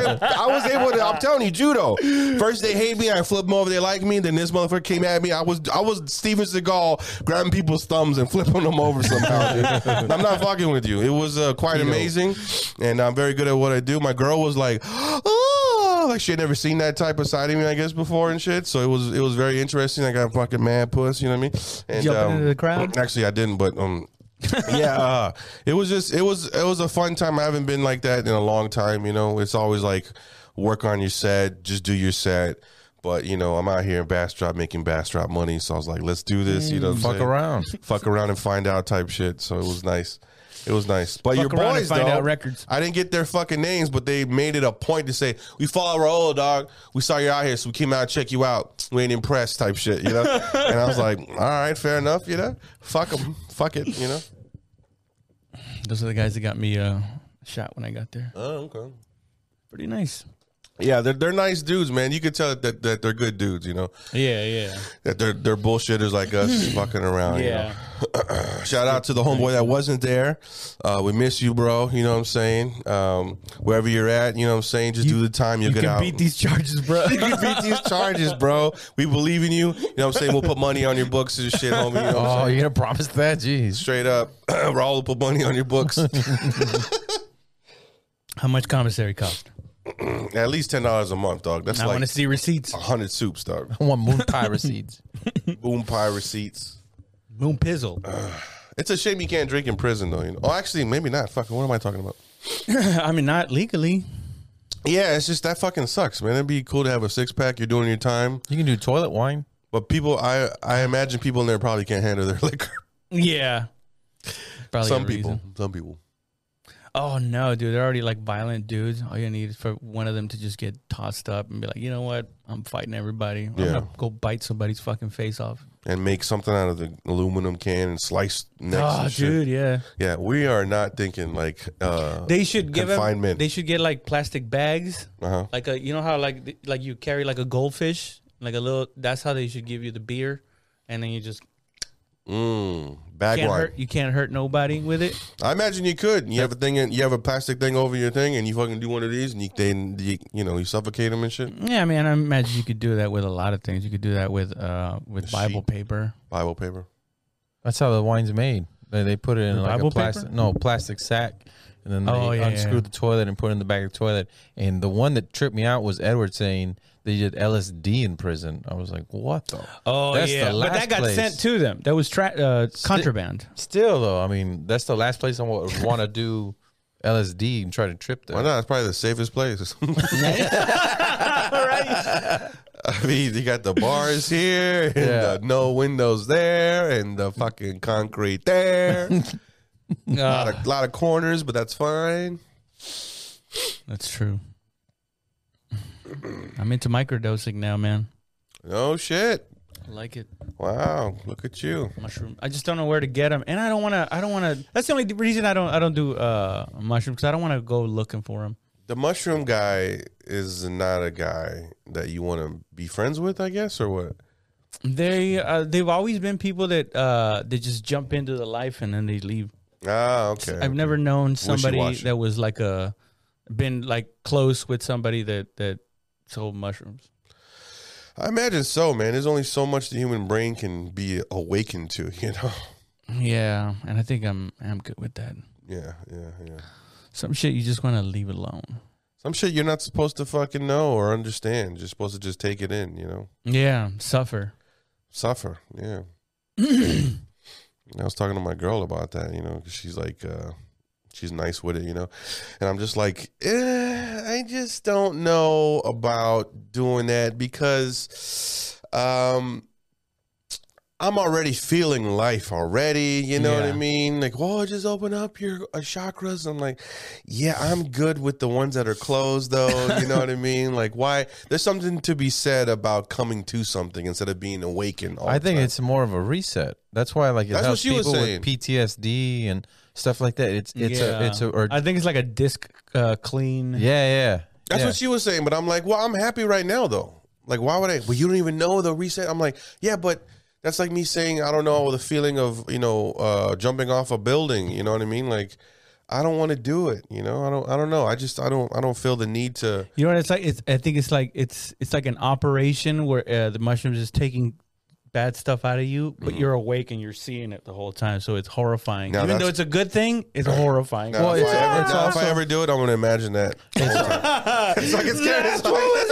mean, I- I was able to. I'm telling you, judo. First they hate me, I flip them over. They like me. Then this motherfucker came at me. I was I was Steven Seagal grabbing people's thumbs and flipping them over somehow. dude. I'm not fucking with you. It was uh, quite amazing, and I'm very good at what I do. My girl was like, oh, like she had never seen that type of side of me, I guess, before and shit. So it was it was very interesting. I got fucking mad puss, you know what I mean? And um,
Jumping into the crowd?
Actually, I didn't, but um. yeah, uh, it was just it was it was a fun time. I haven't been like that in a long time. You know, it's always like work on your set, just do your set. But you know, I'm out here in Bastrop making Bastrop money, so I was like, let's do this. You know, what I'm
Fuck
saying?
around.
fuck around and find out type shit. So it was nice. It was nice. But your
around and
boys
find
though,
out records.
I didn't get their fucking names, but they made it a point to say, "We follow our old dog. We saw you out here, so we came out and check you out. We ain't impressed." Type shit, you know. and I was like, "All right, fair enough, you know. Fuck them, fuck it, you know."
Those are the guys that got me uh, shot when I got there.
Oh, okay.
Pretty nice.
Yeah, they're they're nice dudes, man. You could tell that that they're good dudes, you know.
Yeah, yeah,
That they're they're bullshitters like us, fucking around. You know? Shout out to the homeboy that wasn't there. Uh, we miss you, bro. You know what I'm saying? Um, wherever you're at, you know what I'm saying? Just do the time. You'll
you
get
can
out.
beat these charges, bro.
you can beat these charges, bro. We believe in you. You know what I'm saying? We'll put money on your books and shit, homie. You know what I'm
Oh,
saying?
you're gonna promise that? Jeez.
Straight up. We're all put money on your books.
How much commissary cost?
At least $10 a month, dog. That's
I want to
like
see receipts.
100 soups, dog.
I want moon pie receipts.
Boom pie receipts.
Moon pizzle.
Uh. It's a shame you can't drink in prison, though. You know? Oh, actually, maybe not. Fucking, what am I talking about?
I mean, not legally.
Yeah, it's just that fucking sucks, man. It'd be cool to have a six pack. You're doing your time.
You can do toilet wine.
But people, I I imagine people in there probably can't handle their liquor.
Yeah. Probably
some
a
people,
reason.
some people.
Oh no, dude, they're already like violent dudes. All you need is for one of them to just get tossed up and be like, you know what? I'm fighting everybody. I'm
Yeah.
gonna go bite somebody's fucking face off.
and make something out of the aluminum can and slice necks.
Oh,
and shit.
dude, yeah.
Yeah, we are not thinking like uh,
They should give 'em-
Confinement.
They should get like plastic bags,
uh-huh.
like a you know how like th- like you carry like a goldfish, like a little. That's how they should give you the beer, and then you just
mm, bag
can't
wine.
hurt. You can't hurt nobody with it.
I imagine you could. You have a thing, and you have a plastic thing over your thing, and you fucking do one of these, and you then you, you know you suffocate them and shit.
Yeah, I mean, I imagine you could do that with a lot of things. You could do that with uh with
A
Bible
sheet.
paper.
Bible paper.
That's how the wine's made. They, they put it in
The
like
Bible
a plastic
paper?
no plastic sack, and then they
Oh, yeah,
unscrew
yeah.
the toilet and put it in the back of the toilet. And the one that tripped me out was Edward saying they did LSD in prison. I was like, what the?
Oh
That's yeah. the
but that
last
got
place.
sent to them. That was tra- uh, contraband.
Still though, I mean, that's the last place I would want to do LSD and try to trip
Why
them.
not? It's probably the safest place. I mean, you got the bars here, and
Yeah.
the no windows there, and the fucking concrete there.
Uh,
lot, of, lot of corners, but that's fine.
that's true. I'm into microdosing now, man.
No Oh, shit.
I like it.
Wow, look at you.
mushroom. I just don't know where to get them, and I don't want to. I don't want to. That's the only reason I don't. I don't do uh mushrooms because I don't want to go looking for them.
The mushroom guy is not a guy that you want to be friends with, I guess, or what?
They uh, they've always been people that uh they just jump into the life and then they leave.
Ah, okay.
I've never known somebody
Wishy-washy.
that was like a been like close with somebody that that sold mushrooms.
I imagine so, man. There's only so much the human brain can be awakened to, you know?
Yeah, and I think I'm I'm good with that.
Yeah, yeah, yeah.
Some shit you just want to leave alone.
Some shit you're not supposed to fucking know or understand. You're supposed to just take it in, you know?
Yeah, suffer.
Suffer, yeah. And I was talking to my girl about that, you know, 'cause she's like, uh, she's nice with it, you know, and I'm just like, eh, I just don't know about doing that because, um, I'm already feeling life already. You know what I
Yeah.
mean? Like, whoa, just open up your uh, chakras. I'm like, yeah, I'm good with the ones that are closed, though. You know what I mean? Like, why? There's something to be said about coming to something instead of being awakened. All
I
the
think
time.
it's more of a reset. That's why, like, it
That's what
helps
she was
people
saying.
with PTSD and stuff like that. It's it's
yeah.
a it's a or,
I think it's like a disc uh, clean.
yeah yeah.
That's
yeah.
what she was saying, but I'm like, well, I'm happy right now though. Like, why would I? Well, you don't even know the reset. I'm like, yeah, but that's like me saying I don't know the feeling of you know uh, jumping off a building. You know what I mean? Like, I don't want to do it. You know, I don't. I don't know. I just I don't. I don't feel the need to.
You know what it's like? It's I think it's like it's it's like an operation where uh, the mushrooms is taking bad stuff out of you,
Mm-hmm.
but you're awake and you're seeing it the whole time, so it's horrifying.
Now
Even though
that's-
it's a good thing, it's horrifying.
Now, if,
it's-
I ever,
it's
now, if I
also-
ever do it, I'm gonna imagine that. it's like it's scary. It's like-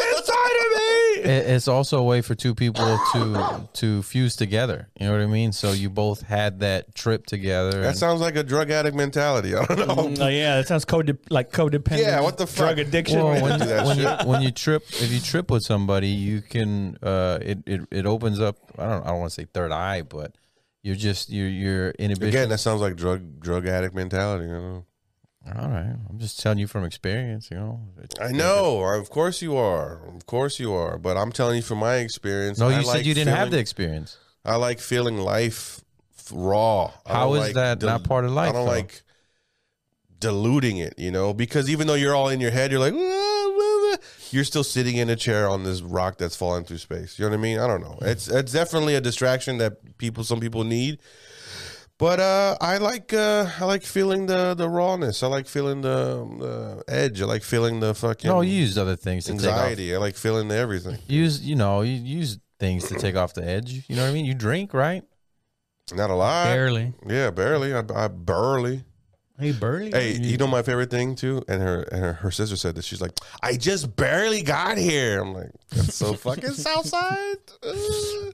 It- it's also a way for two people to to fuse together. You know what I mean? So you both had that trip together.
That
and-
sounds like a drug addict mentality. I don't know.
Oh yeah, that sounds code like codependent.
Yeah, what the fuck?
Drug addiction.
well,
do
when,
that
when you
shit.
when you trip, if you trip with somebody, you can uh, it, it it opens up. I don't I don't want to say third eye, but you're just your your inhibition.
Again, that sounds like drug drug addict mentality. You know.
All right, I'm just telling you from experience. You know, It's-
I know. Of course you are. Of course you are. But I'm telling you from my experience.
No, you
I
said
like
you didn't have the
feeling-
experience.
I like feeling life f- raw. I
How
don't
is that not part of life,
I don't
though?
like diluting it, you know, because even though you're all in your head, you're like, "Ah, blah, blah," you're still sitting in a chair on this rock that's falling through space. You know what I mean? I don't know. It's it's definitely a distraction that people some people need. But uh, I like uh, I like feeling the the rawness. I like feeling the, the edge. I like feeling the fucking
No, you used other things to take
anxiety. I like feeling the everything.
off. Use you know you use things to take off the edge. You know what I mean? You drink, right?
Not a lot.
Barely.
Yeah, barely. I, I barely.
Hey, Burley.
Hey, you know my favorite thing too, and her and her, her sister said this. She's like, "I just barely got here." I'm like, "That's so fucking Southside." Uh,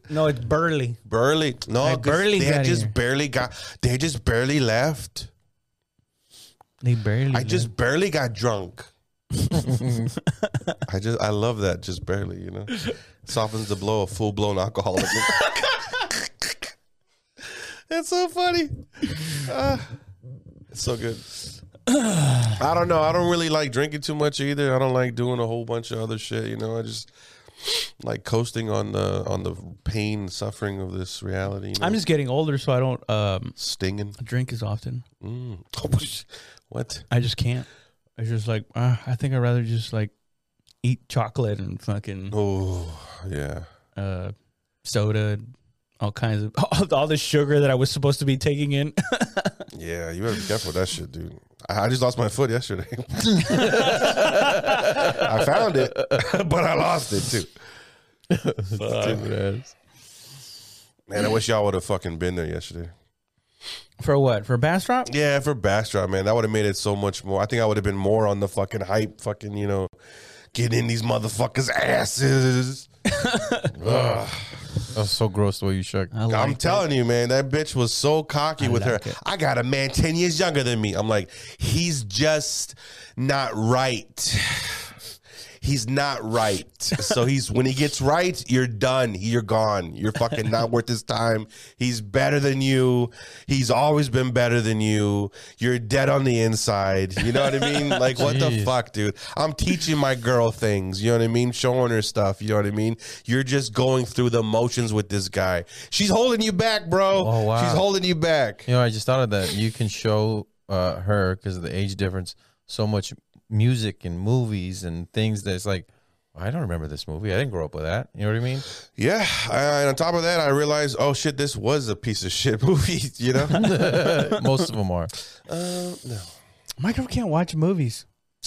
No, it's Burley.
barely, no,
I
'cause
barely
They had
got
just
here.
barely got. They just barely left.
They barely.
I just barely got drunk. I just, I love that. Just barely, you know, softens the blow of full blown alcoholic. That's so funny. Ah, it's so good. I don't know. I don't really like drinking too much either. I don't like doing a whole bunch of other shit. You know, I just like coasting on the on the pain, and suffering of this reality. You know?
I'm just getting older, so I don't um,
stinging.
drink as often.
Mm. what?
I just can't. It's just like uh, I think I'd rather just like eat chocolate and fucking
Oh, yeah.
uh, soda, and all kinds of all, all the sugar that I was supposed to be taking in.
Yeah, you better be careful with that shit, dude. I I just lost my foot yesterday. I found it, but I lost it too.
Stupid ass.
Man, I wish y'all would have fucking been there yesterday.
For what? For Bastrop?
Yeah, for Bastrop, man, that would have made it so much more. I think I would have been more on the fucking hype, fucking, you know, getting in these motherfuckers' asses. Ugh.
That was Oh, so gross the way you shook.
I like
I'm telling you, man, that bitch was so cocky with
like
her.
it.
I got a man 10 years younger than me. I'm like, he's just not right. He's not right. So he's when he gets right, you're done. You're gone. You're fucking not worth his time. He's better than you. He's always been better than you. You're dead on the inside. You know what I mean? Like what the
Jeez.
fuck, dude? I'm teaching my girl things. You know what I mean? Showing her stuff. You know what I mean? You're just going through the motions with this guy. She's holding you back, bro.
Oh, wow.
She's holding you back.
You know, I just thought of that. You can show uh, her because of the age difference so much music and movies and things that's like, I don't remember this movie. I didn't grow up with that. You know what I mean?
Yeah. I- and on top of that, I realized, oh shit, this was a piece of shit movie. You know?
Most of them are.
uh, no.
My girl can't watch movies.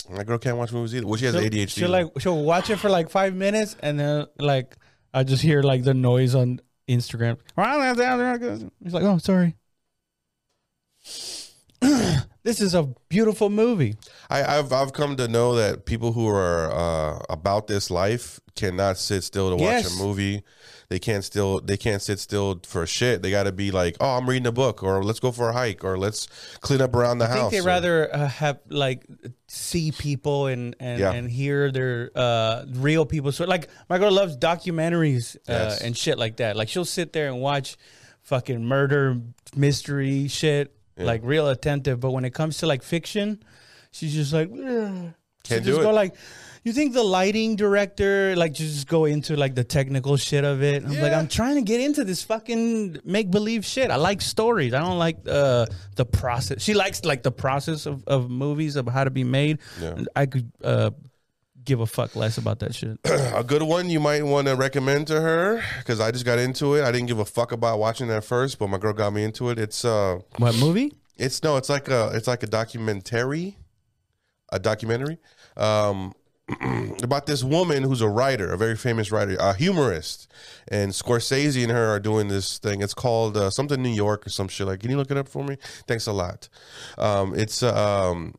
My girl can't watch movies either. Well, she has ADHD.
She'll like she'll watch it for like five minutes and then like I just hear like the noise on Instagram. He's like, oh sorry. this is a beautiful movie.
I, I've I've come to know that people who are uh, about this life cannot sit still to watch
Yes.
a movie. They can't still they can't sit still for shit. They got to be like, oh, I'm reading a book, or let's go for a hike, or let's clean up around the
I
house.
think they
or-
rather uh, have like see people and and,
Yeah.
and hear their uh, real people. So like my girl loves documentaries uh,
Yes.
and shit like that. Like she'll sit there and watch fucking murder mystery shit, like real attentive. But when it comes to like fiction, she's just like. "Ugh." She'll
Can't
just
do
go
it.
like, you think the lighting director like just go into like the technical shit of it? I'm like,
Yeah.
I'm trying to get into this fucking make believe shit. I like stories. I don't like uh, the process. She likes like the process of, of movies of how to be made.
Yeah.
I could uh, give a fuck less about that shit.
a good one you might want to recommend to her because I just got into it. I didn't give a fuck about watching that first, but my girl got me into it. It's uh,
what movie?
it's no, it's like a it's like a documentary, a documentary, um, about this woman who's a writer, a very famous writer, a humorist, and Scorsese and her are doing this thing. It's called uh, something New York or some shit. Like, can you look it up for me? Thanks a lot. Um, it's um,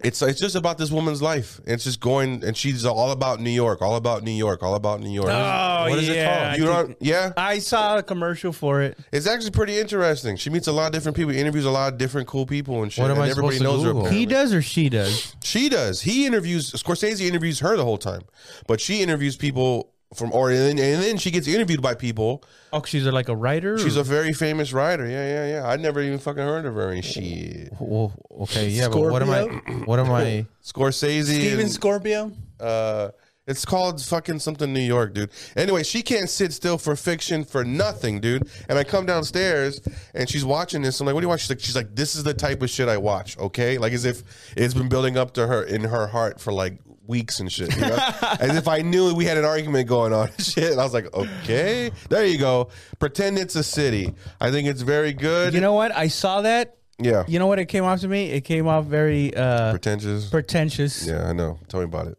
it's it's just about this woman's life. It's just going, and she's all about New York, all about New York, all about New York.
Oh,
What is it
yeah.
called?
you know, yeah.
I saw a commercial for it.
It's actually pretty interesting. She meets a lot of different people, interviews a lot of different cool people and shit.
What am
and
I supposed to Google?
apparently.
He does or she does?
She does. He interviews Scorsese interviews her the whole time, but she interviews people from or and then, and then she gets interviewed by people.
Oh, she's like a writer.
She's a very famous writer. Yeah, yeah, yeah. I never even fucking heard of her and shit.
Well, okay, yeah, but what am I? What am I?
Scorsese.
Steven
and,
Scorpio.
uh, it's called fucking something New York, dude. Anyway, she can't sit still for fiction for nothing, dude. And I come downstairs and she's watching this. I'm like, what do you watch? She's like, she's like, this is the type of shit I watch, okay? Like as if it's been building up to her in her heart for like weeks and shit. You know? as if I knew we had an argument going on and shit. And I was like, okay, there you go. Pretend it's a city. I think it's very good.
you know what? I saw that.
yeah.
You know what? It came off to me. It came off very uh,
Pretentious.
pretentious.
yeah, I know. Tell me about it.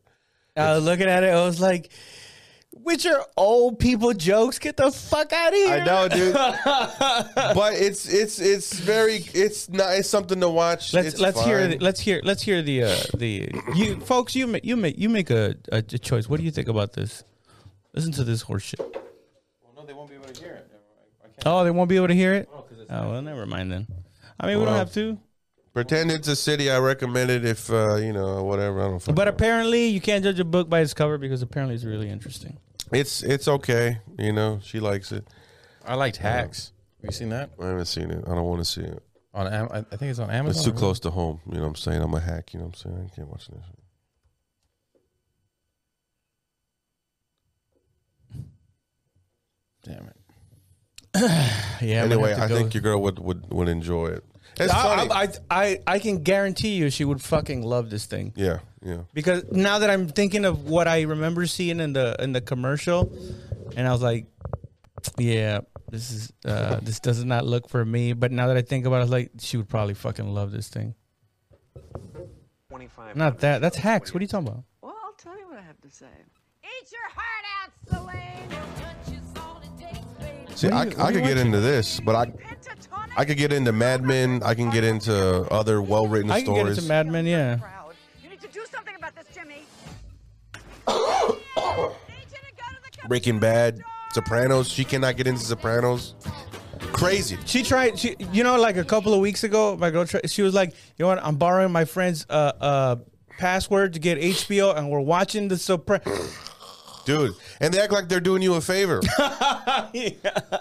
I was looking at it. I was like, "With your old people jokes, get the fuck out of here!"
I know, dude. but it's it's it's very it's not it's something to watch.
Let's
It's
let's hear
fine.
the, let's hear let's hear the uh, the you folks. You make you make you make a, a choice. What do you think about this? Listen to this horseshit.
No, they won't be able to hear it.
Oh, they won't be able to hear it. Oh, well, never mind then. I mean, we don't
Well.
have to.
Pretend it's a city. I recommend it if uh, you know whatever. I don't. fucking
But
know.
apparently, you can't judge a book by its cover because apparently it's really interesting.
it's it's okay. You know she likes it.
I liked Hacks. Have you seen that?
I haven't seen it. I don't want to see it.
on Am- I I think it's on Amazon.
It's too
right?
close to home. You know what I'm saying? I'm a hack. You know what I'm saying? I can't watch this.
Damn it.
Yeah. I'm gonna
anyway,
have to
I
go.
think your girl would would, would enjoy it. It's
I,
funny.
I, I, I can guarantee you she would fucking love this thing.
yeah, yeah.
because now that I'm thinking of what I remember seeing in the in the commercial, and I was like, yeah, this is uh, this does not look for me. But now that I think about it, I was like, she would probably fucking love this thing.
25.
Not that that's hacks. What are you talking about?
Well, I'll tell you what I have to say.
Eat your heart out, Celine.
See, I, I could get into this, but I
Pentatonic.
I could get into Mad Men. I can get into other well written
I can get
stories.
into Mad Men. Yeah,
Proud. You need to do something about this, Jimmy.
Breaking Bad, Sopranos. She cannot get into Sopranos. Crazy.
she tried. She, you know, like a couple of weeks ago, my girl, tried, she was like, you know what? I'm borrowing my friend's uh uh password to get HBO, and we're watching the Sopranos.
Dude, and they act like they're doing you a favor. What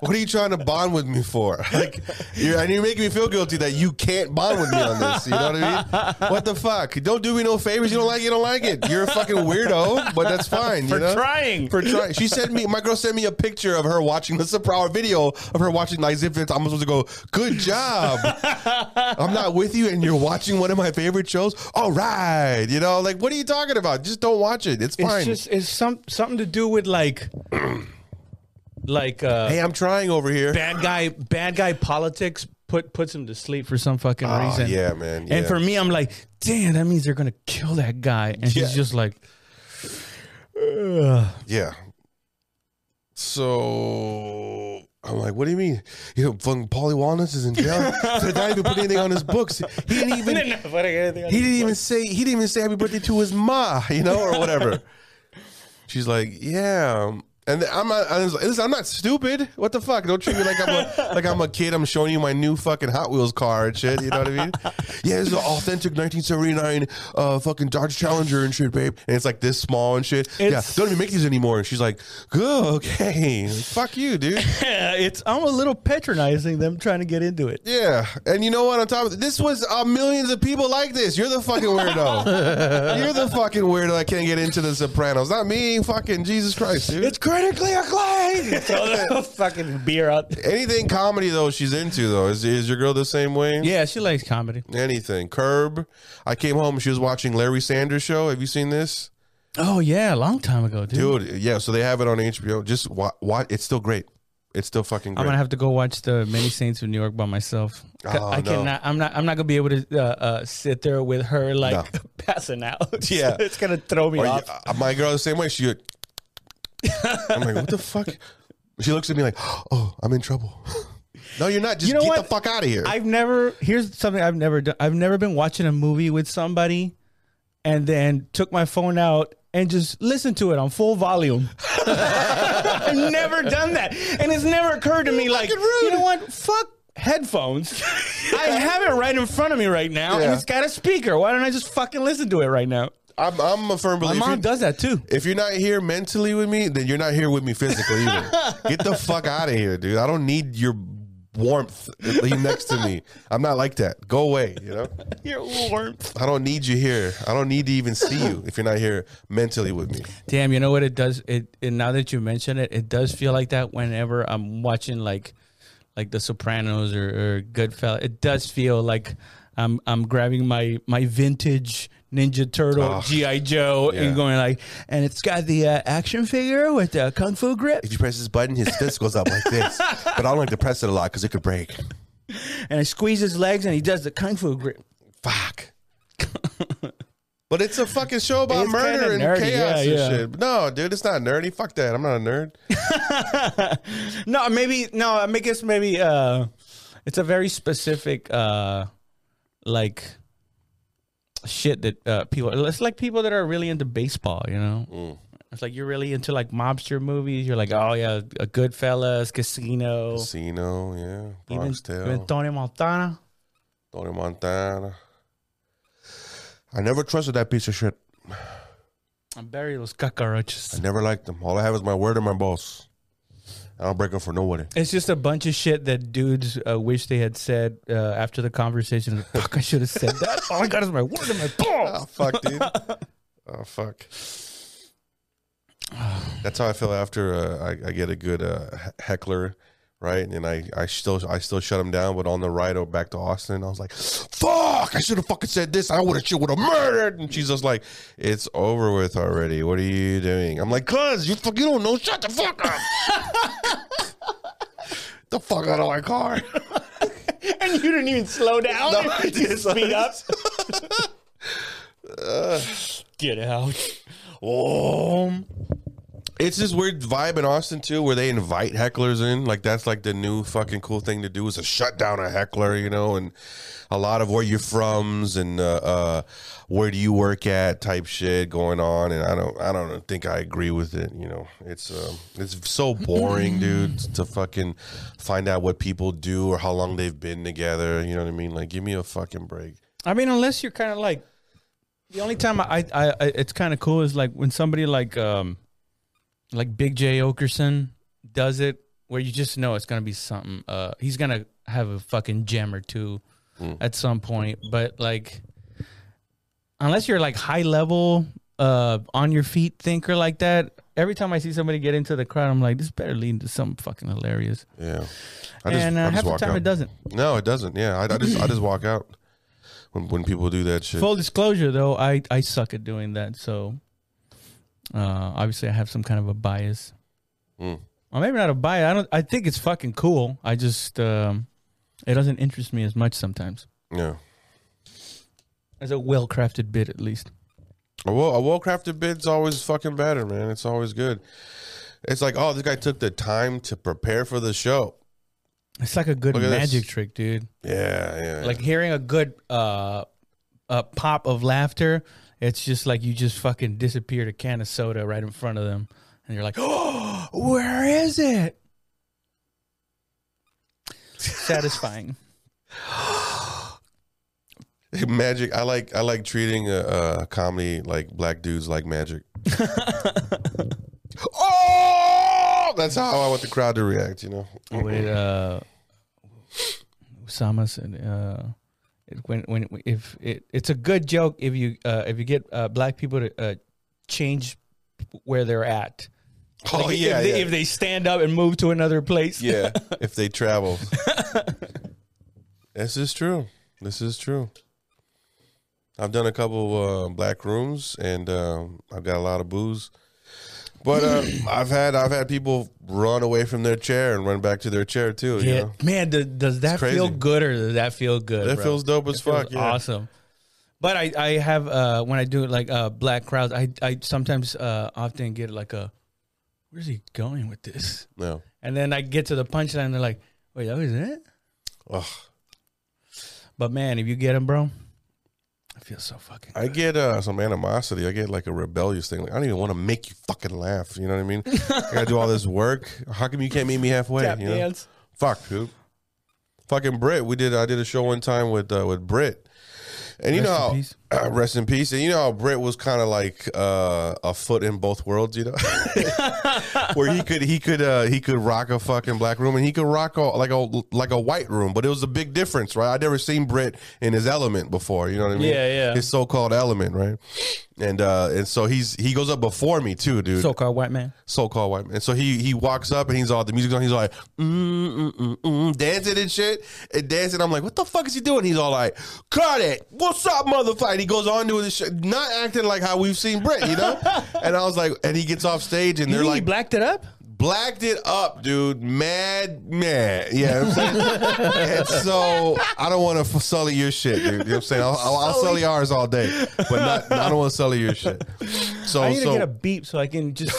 are you trying to bond with me for? Like, you're, and you're making me feel guilty that you can't bond with me on this. You know what I mean? What the fuck? Don't do me no favors. You don't like it. You don't like it. You're a fucking weirdo, but that's fine.
For
you know?
trying.
For trying. She sent me. My girl sent me a picture of her watching the Soprano video of her watching like as if it's, I'm supposed to go. Good job. I'm not with you, and you're watching one of my favorite shows. All right. You know, like what are you talking about? Just don't watch it. It's fine.
It's just it's some something to do with like like uh
hey, I'm trying over here.
bad guy bad guy politics put puts him to sleep for some fucking
Oh,
reason.
yeah, man.
And
yeah.
for me, I'm like, damn, that means they're gonna kill that guy. And she's
Yeah.
just like,
Yeah. So I'm like, what do you mean? You know, fucking Paulie Walnuts is in jail for not even putting anything on his books. He didn't even he didn't even say he didn't even say happy birthday to his ma, you know, or whatever. She's like, yeah. And I'm not. I was like, Listen, I'm not stupid. What the fuck? Don't treat me like I'm a, like I'm a kid. I'm showing you my new fucking Hot Wheels car and shit. You know what I mean? Yeah, it's an authentic 1979 uh, fucking Dodge Challenger and shit, babe. And it's like this small and shit. yeah,
It's-
don't even make these anymore. And she's like, good, okay, Like, fuck you, dude.
it's I'm a little patronizing them trying to get into it.
Yeah, and you know what? On top of th- this was uh, millions of people like this. You're the fucking weirdo. You're the fucking weirdo that can't get into The Sopranos. Not me. Fucking Jesus Christ, dude.
It's critically acclaimed. Throw the fucking beer out. there.
Anything comedy though she's into though is is your girl the same way?
Yeah, she likes comedy.
Anything. Curb. I came home. She was watching Larry Sanders show. Have you seen this,
Oh yeah, a long time ago, dude.
dude? Yeah. So they have it on HBO. Just wa What? It's still great. It's still fucking
I'm
great.
gonna have to go watch the Many Saints of New York by myself.
Oh, no.
I cannot. I'm not. I'm not gonna be able to uh, uh, sit there with her like
No.
passing out.
Yeah.
it's gonna throw me
Or
off.
you- uh, my girl the same way. She. Go, I'm like, what the fuck? She looks at me like, oh, I'm in trouble. no, you're not. Just
You know
get the
what?
fuck out of here.
I've never. Here's something I've never done. I've never been watching a movie with somebody, and then took my phone out and just listened to it on full volume. I've never done that, and it's never occurred to me like, you know what? Fuck headphones. I have it right in front of me right now, and
Yeah.
it's got a speaker. Why don't I just fucking listen to it right now?
I'm, I'm a firm
My
believer.
mom does that too.
If you're not here mentally with me, then you're not here with me physically either. Get the fuck out of here, dude. I don't need your warmth Lean next to me. I'm not like that. Go away, you know?
Your warmth.
I don't need you here. I don't need to even see you if you're not here mentally with me.
Damn, you know what it does? It and now that you mention it, it does feel like that whenever I'm watching like like The Sopranos or, or Goodfellas. It does feel like I'm I'm grabbing my my vintage Ninja Turtle GI Joe
yeah.
and going like, and it's got the uh, action figure with the kung fu grip,
If you press this button, his fist goes up like this. But I don't like to press it a lot because it could break.
and I squeeze his legs, and he does the kung fu grip.
Fuck. but it's a fucking show about
It's
murder and
kinda nerdy,
chaos
yeah,
and
yeah.
shit. No, dude, it's not nerdy. Fuck that. I'm not a nerd.
No, maybe no. I mean, I guess maybe uh, it's a very specific uh, like shit that uh, people. It's like people that are really into baseball. You know, it's like you're really into like mobster movies. You're like, oh yeah, a Goodfellas, Casino,
Casino, yeah.
even,
Bronx Tale.
even Tony Montana.
Tony Montana. I never trusted that piece of shit.
I'm bury those cucarachas.
I never liked them. All I have is my word and my boss. I don't break up for nobody.
It's just a bunch of shit that dudes uh, wish they had said uh, after the conversation. Like, Fuck, I should have said that. All I got is my word and my ball.
Oh fuck, dude. oh fuck. That's how I feel after uh, I, I get a good uh, he- heckler, right? And I, I still I still shut him down, but on the ride o- back to Austin, I was like, "Fuck! I should have fucking said this. I would have, you would have murdered." And she's just like, "It's over with already. What are you doing?" I'm like, "Cause you fuck, you don't know. Shut the fuck up." the fuck out of my car.
And you didn't even slow down.
No, I didn't.
speed up. Get out. Um,
It's this weird vibe in Austin too, where they invite hecklers in. Like that's like the new fucking cool thing to do is to shut down a heckler, you know, and a lot of where you from's and uh, uh, where do you work at type shit going on. And I don't, I don't think I agree with it. You know, it's um, it's so boring, dude, to fucking find out what people do or how long they've been together. You know what I mean? Like, give me a fucking break.
I mean, unless you're kind of like the only time I, I, I it's kind of cool is like when somebody like um like Big J Okerson does it, where you just know it's gonna be something. Uh, he's gonna have a fucking gem or two
Mm.
at some point, but like unless you're like high level, uh, on your feet thinker like that. Every time I see somebody get into the crowd, I'm like, this better lead to something fucking hilarious.
Yeah,
and uh, half the
walk
time
out.
it doesn't.
No, it doesn't. Yeah, I, I just, I just walk out when when people do that shit.
Full disclosure, though, I I suck at doing that. So, uh, obviously, I have some kind of a bias.
Mm.
Or maybe not a bias. I don't. I think it's fucking cool. I just um, it doesn't interest me as much sometimes.
Yeah.
As a well crafted bit, at least.
A well, a well crafted bid's always fucking better, man. It's always good. It's like, oh, this guy took the time to prepare for the show.
It's like a good
Look at
magic
this.
trick, dude.
Yeah, yeah.
Like hearing a good uh, uh, pop of laughter. It's just like you just fucking disappeared a can of soda right in front of them, and you're like, "Oh, where is it?" Satisfying.
magic. I like I like treating a, uh comedy like black dudes like magic. oh, that's how I want the crowd to react. You know.
with uh Osama said uh it- when when if it, it's a good joke if you uh if you get uh black people to uh change where they're at
Oh
Like,
yeah,
if they,
yeah.
if they stand up and move to another place
yeah, if they travel. this is true. This is true. I've done a couple uh, black rooms, and um, I've got a lot of booze. But uh, I've had I've had people run away from their chair and run back to their chair too. You
Yeah.
know?
man th- does that
crazy.
feel good or does that feel good
That
bro?
feels dope as
feels
fuck. Yeah.
awesome but i i have uh when i do like uh black crowds i i sometimes uh often get like a where's he going with this
No.
And then I get to the punchline, they're like, wait, that was it?
Ugh.
But man, if you get him, bro, I feel so fucking
I get uh, some animosity. I get like a rebellious thing. Like I don't even want to make you fucking laugh. You know what I mean? I gotta do all this work. How come you can't meet me halfway? you know? Fuck, dude. Fucking Brit. We did. I did a show one time with uh, with Brit, and you
Rest in
know,
peace.
how, rest in peace. And you know how Brit was kind of like uh, a foot in both worlds, you know, where he could he could uh, he could rock a fucking black room and he could rock a, like a like a white room, but it was a big difference, right? I'd never seen Brit in his element before. You know what I mean?
Yeah, yeah.
His so called element, right? And uh, and so he's he goes up before me too, dude
So called white man.
so-called white man. And so he he walks up and he's all the music's on. He's all like mm, mm, mm, mm, dancing and shit and dancing. I'm like, what the fuck is he doing? He's all like, cut it. What's up, motherfucker? And he goes on doing this shit, not acting like how we've seen Brit, you know. and I was like, and he gets off stage and they're
You think
like,
he blacked it up?
blacked it up, dude. Mad man. Yeah. You know what I'm saying? and so I don't want to sully your shit, dude. You know what I'm saying? I'll, I'll, I'll sully ours all day, but not, I don't want to sully your shit. So
I need
Oh, so
to get a beep so I can just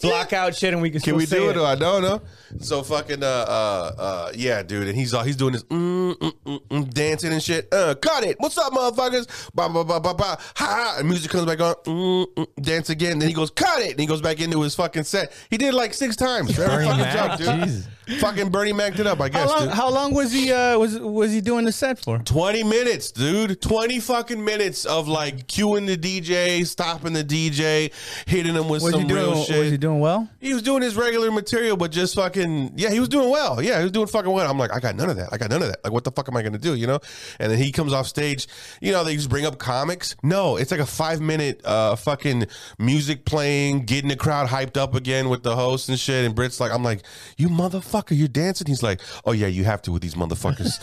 block out shit and we can
can we do it? Or I don't know. So fucking uh uh uh yeah, dude. And he's all he's doing this mm, mm, mm, mm, dancing and shit. Uh, cut it. What's up, motherfuckers? Ba ba ba ba ba. Ha ha. And music comes back on. Mm, mm, dance again. Then he goes cut it. And he goes back into his fucking set. He did it like six times. Every
Bernie
fucking
Mac,
job, dude.
Jesus.
Fucking Bernie Mac it up. I
How
guess.
long,
dude.
how long was he uh, was was he doing the set for?
20 minutes, dude. 20 fucking minutes of like cueing the DJ, stopping the DJ, hitting him with
Was
some
he doing
real shit.
was he he doing well?
He was doing his regular material, but just fucking yeah, he was doing well. Yeah, he was doing fucking well. I'm like, I got none of that. I got none of that. Like, what the fuck am I gonna do? You know? And then he comes off stage. You know, they just bring up comics. No, it's like a five minute uh fucking music playing, getting the crowd hyped up again with the host and shit. And Brit's like, I'm like, you motherfucker, you're dancing. He's like, oh yeah, you have to with these motherfuckers.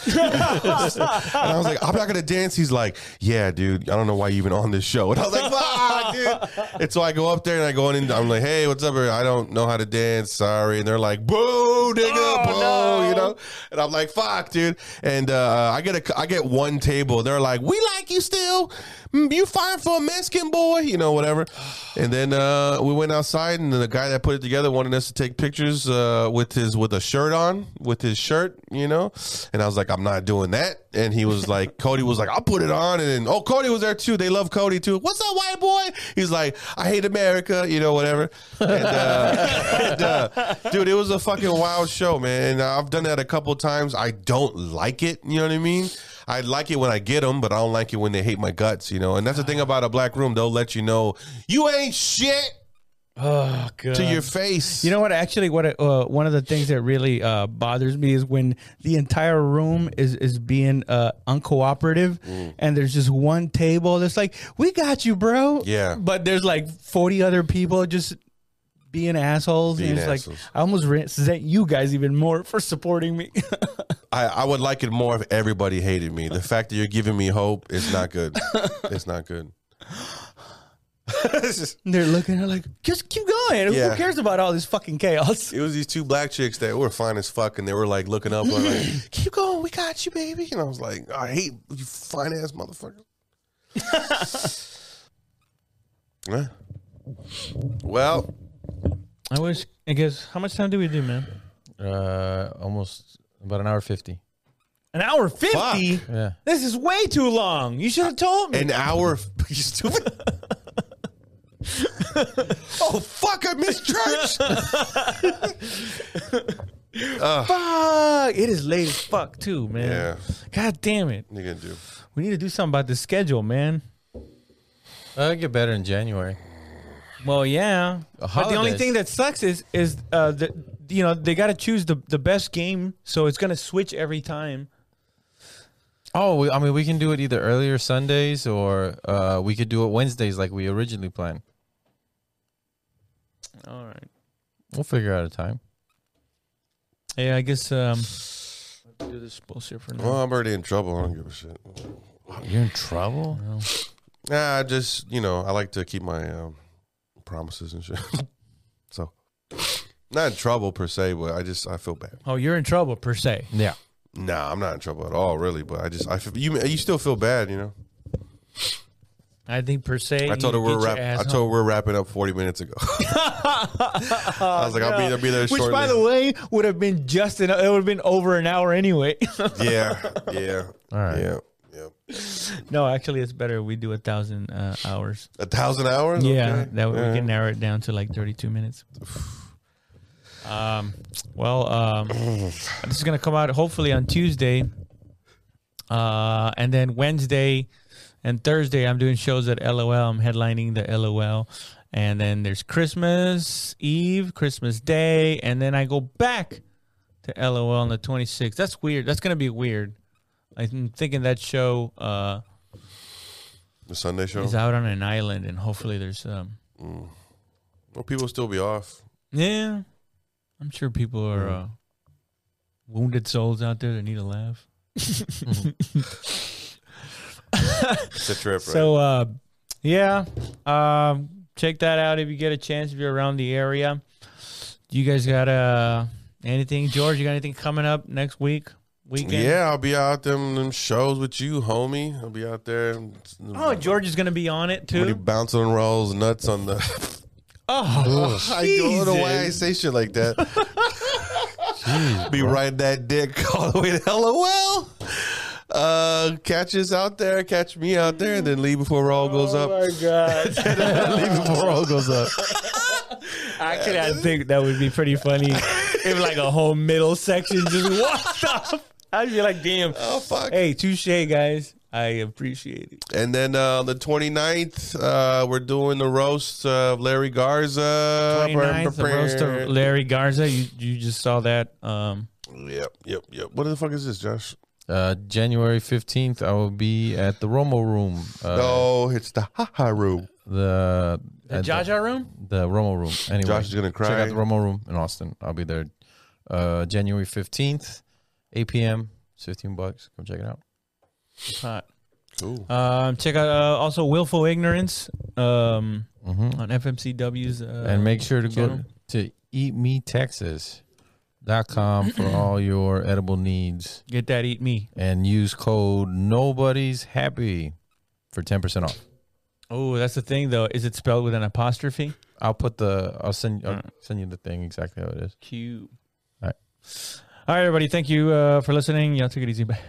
and I was like, I'm not gonna dance. He's like, yeah, dude, I don't know why you even on this show. And I was like, ah, dude. And so I go up there and I go in and I'm like, hey, what's up? I don't know how to dance. Sorry. And they're like, boo, nigga, boo, you know. And I'm like, fuck, dude. And uh, I get a, I get one table. They're like, we like you still. Mm, You fine for a Mexican boy, you know, whatever. And then uh, we went outside, and the guy that put it together wanted us to take pictures uh, with his with a shirt on, with his shirt, you know. And I was like, I'm not doing that. And he was like, Cody was like, I'll put it on. And then oh, Cody was there too. They love Cody too. What's up, white boy? He's like, I hate America, you know, whatever. And, uh, and, uh, dude, it was a fucking wild show, man. And I've done that a couple times. I don't like it. You know what I mean? I like it when I get them, but I don't like it when they hate my guts, you know. And that's the thing about a black room; they'll let you know you ain't shit
Oh god.
to your face.
You know what? Actually, what it- uh, one of the things that really uh, bothers me is when the entire room is is being uh, uncooperative,
Mm.
and there's just one table that's like, "We got you, bro."
Yeah.
But there's like 40 other people just being assholes.
Being
and it's
assholes.
like I almost resent you guys even more for supporting me.
I, I would like it more if everybody hated me. The fact that you're giving me hope is not good. it's not good.
And they're looking at like, just keep going.
Yeah.
Who cares about all this fucking chaos?
It was these two black chicks that were fine as fuck, and they were like looking up, like, "Keep going, we got you, baby." And I was like, "I hate you, fine ass motherfucker." Yeah. Well,
I wish. I guess. How much time do we do, man?
Uh, almost about an hour fifty.
An hour fifty.
Yeah.
This is way too long. You should have told me.
an hour. You stupid. oh fuck! I missed church.
Fuck! It is late as fuck too, man.
yeah,
God damn it!
you gonna do?
We need to do something about the schedule, man.
It'll Uh, get better in January.
Well, yeah. But the only
holidays.
thing that sucks is is uh, the you know they got to choose the the best game, so it's gonna switch every time.
Oh, we, I mean, we can do it either earlier Sundays or uh, we could do it Wednesdays like we originally planned.
All right.
We'll figure out a time.
Yeah, I guess um. Do this bullshit for now.
Well, I'm already in trouble. I don't give a shit.
Oh, You're in trouble.
Nah, I just you know, I like to keep my um, promises and shit. so, not in trouble per se, but I just I feel bad.
Oh, you're in trouble per se.
Yeah.
Nah, I'm not in trouble at all, really. But I just I feel, you you still feel bad, you know.
I think per se.
I told her we're wrap, I told her we're wrapping up 40 minutes ago. I was like, I'll be there, be there
Which,
shortly.
by the way, would have been just enough. It would have been over an hour anyway.
yeah, yeah,
All right.
yeah, yeah.
no, actually, it's better we do a thousand uh, hours.
A thousand hours.
Yeah,
Okay.
that way
Yeah.
we can narrow it down to like 32 minutes. um, well, um, this is gonna come out hopefully on Tuesday, uh, and then Wednesday and Thursday I'm doing shows at LOL. I'm headlining the LOL, and then there's Christmas Eve, Christmas Day, and then I go back to LOL on the 26th. That's weird. That's gonna be weird. I'm thinking that show uh,
The Sunday show.
is out on an island, and hopefully there's um.
Well, people still be off.
Yeah, I'm sure people are
Mm.
uh, wounded souls out there that need a laugh.
It's a trip, right?
So, uh, yeah, um, check that out if you get a chance. If you're around the area, you guys got uh, anything, George? You got anything coming up next week? Weekend?
yeah, I'll be out them them shows with you, homie. I'll be out there.
Oh, George is gonna be on it
When he
too.
bouncing rolls nuts on the.
Oh,
I don't know why I say shit like that. Be riding that dick all the way to LOL. Uh, catch us out there. Catch me out there, and then leave before all goes up.
Oh
my god!
leave before all goes up.
Actually, I think that would be pretty funny if like a whole middle section just walked off. I'd be like, damn.
Oh fuck!
Hey, touche, guys. I appreciate it.
And then uh, the 29th, uh, we're doing the roast of Larry Garza.
29th, the roast of Larry Garza. You you just saw that. Um,
Yep, yep, yep. What the fuck is this, Josh?
Uh, January 15th, I will be at the Romo Room. Uh,
No, it's the Ha Ha Room.
The,
the
at
Jaja room.
The Romo Room. Anyway,
Josh is gonna
Check
cry.
out the Romo Room in Austin. I'll be there uh, January 15th, 8 p.m. It's 15 bucks. Come check it out.
It's hot.
Cool.
Um, check out uh, also Willful Ignorance um,
Mm-hmm.
on FMCW's. Uh,
and make sure to go
channel.
to eatmetexas.com for all your edible needs
get that eat me.
and use code nobody's happy for 10% off.
Oh, that's the thing though. Is it spelled with an apostrophe?
I'll put the I'll send I'll send you the thing exactly how it is.
Q.
All right.
All right, everybody. Thank you uh, for listening. Y'all take it easy. Bye.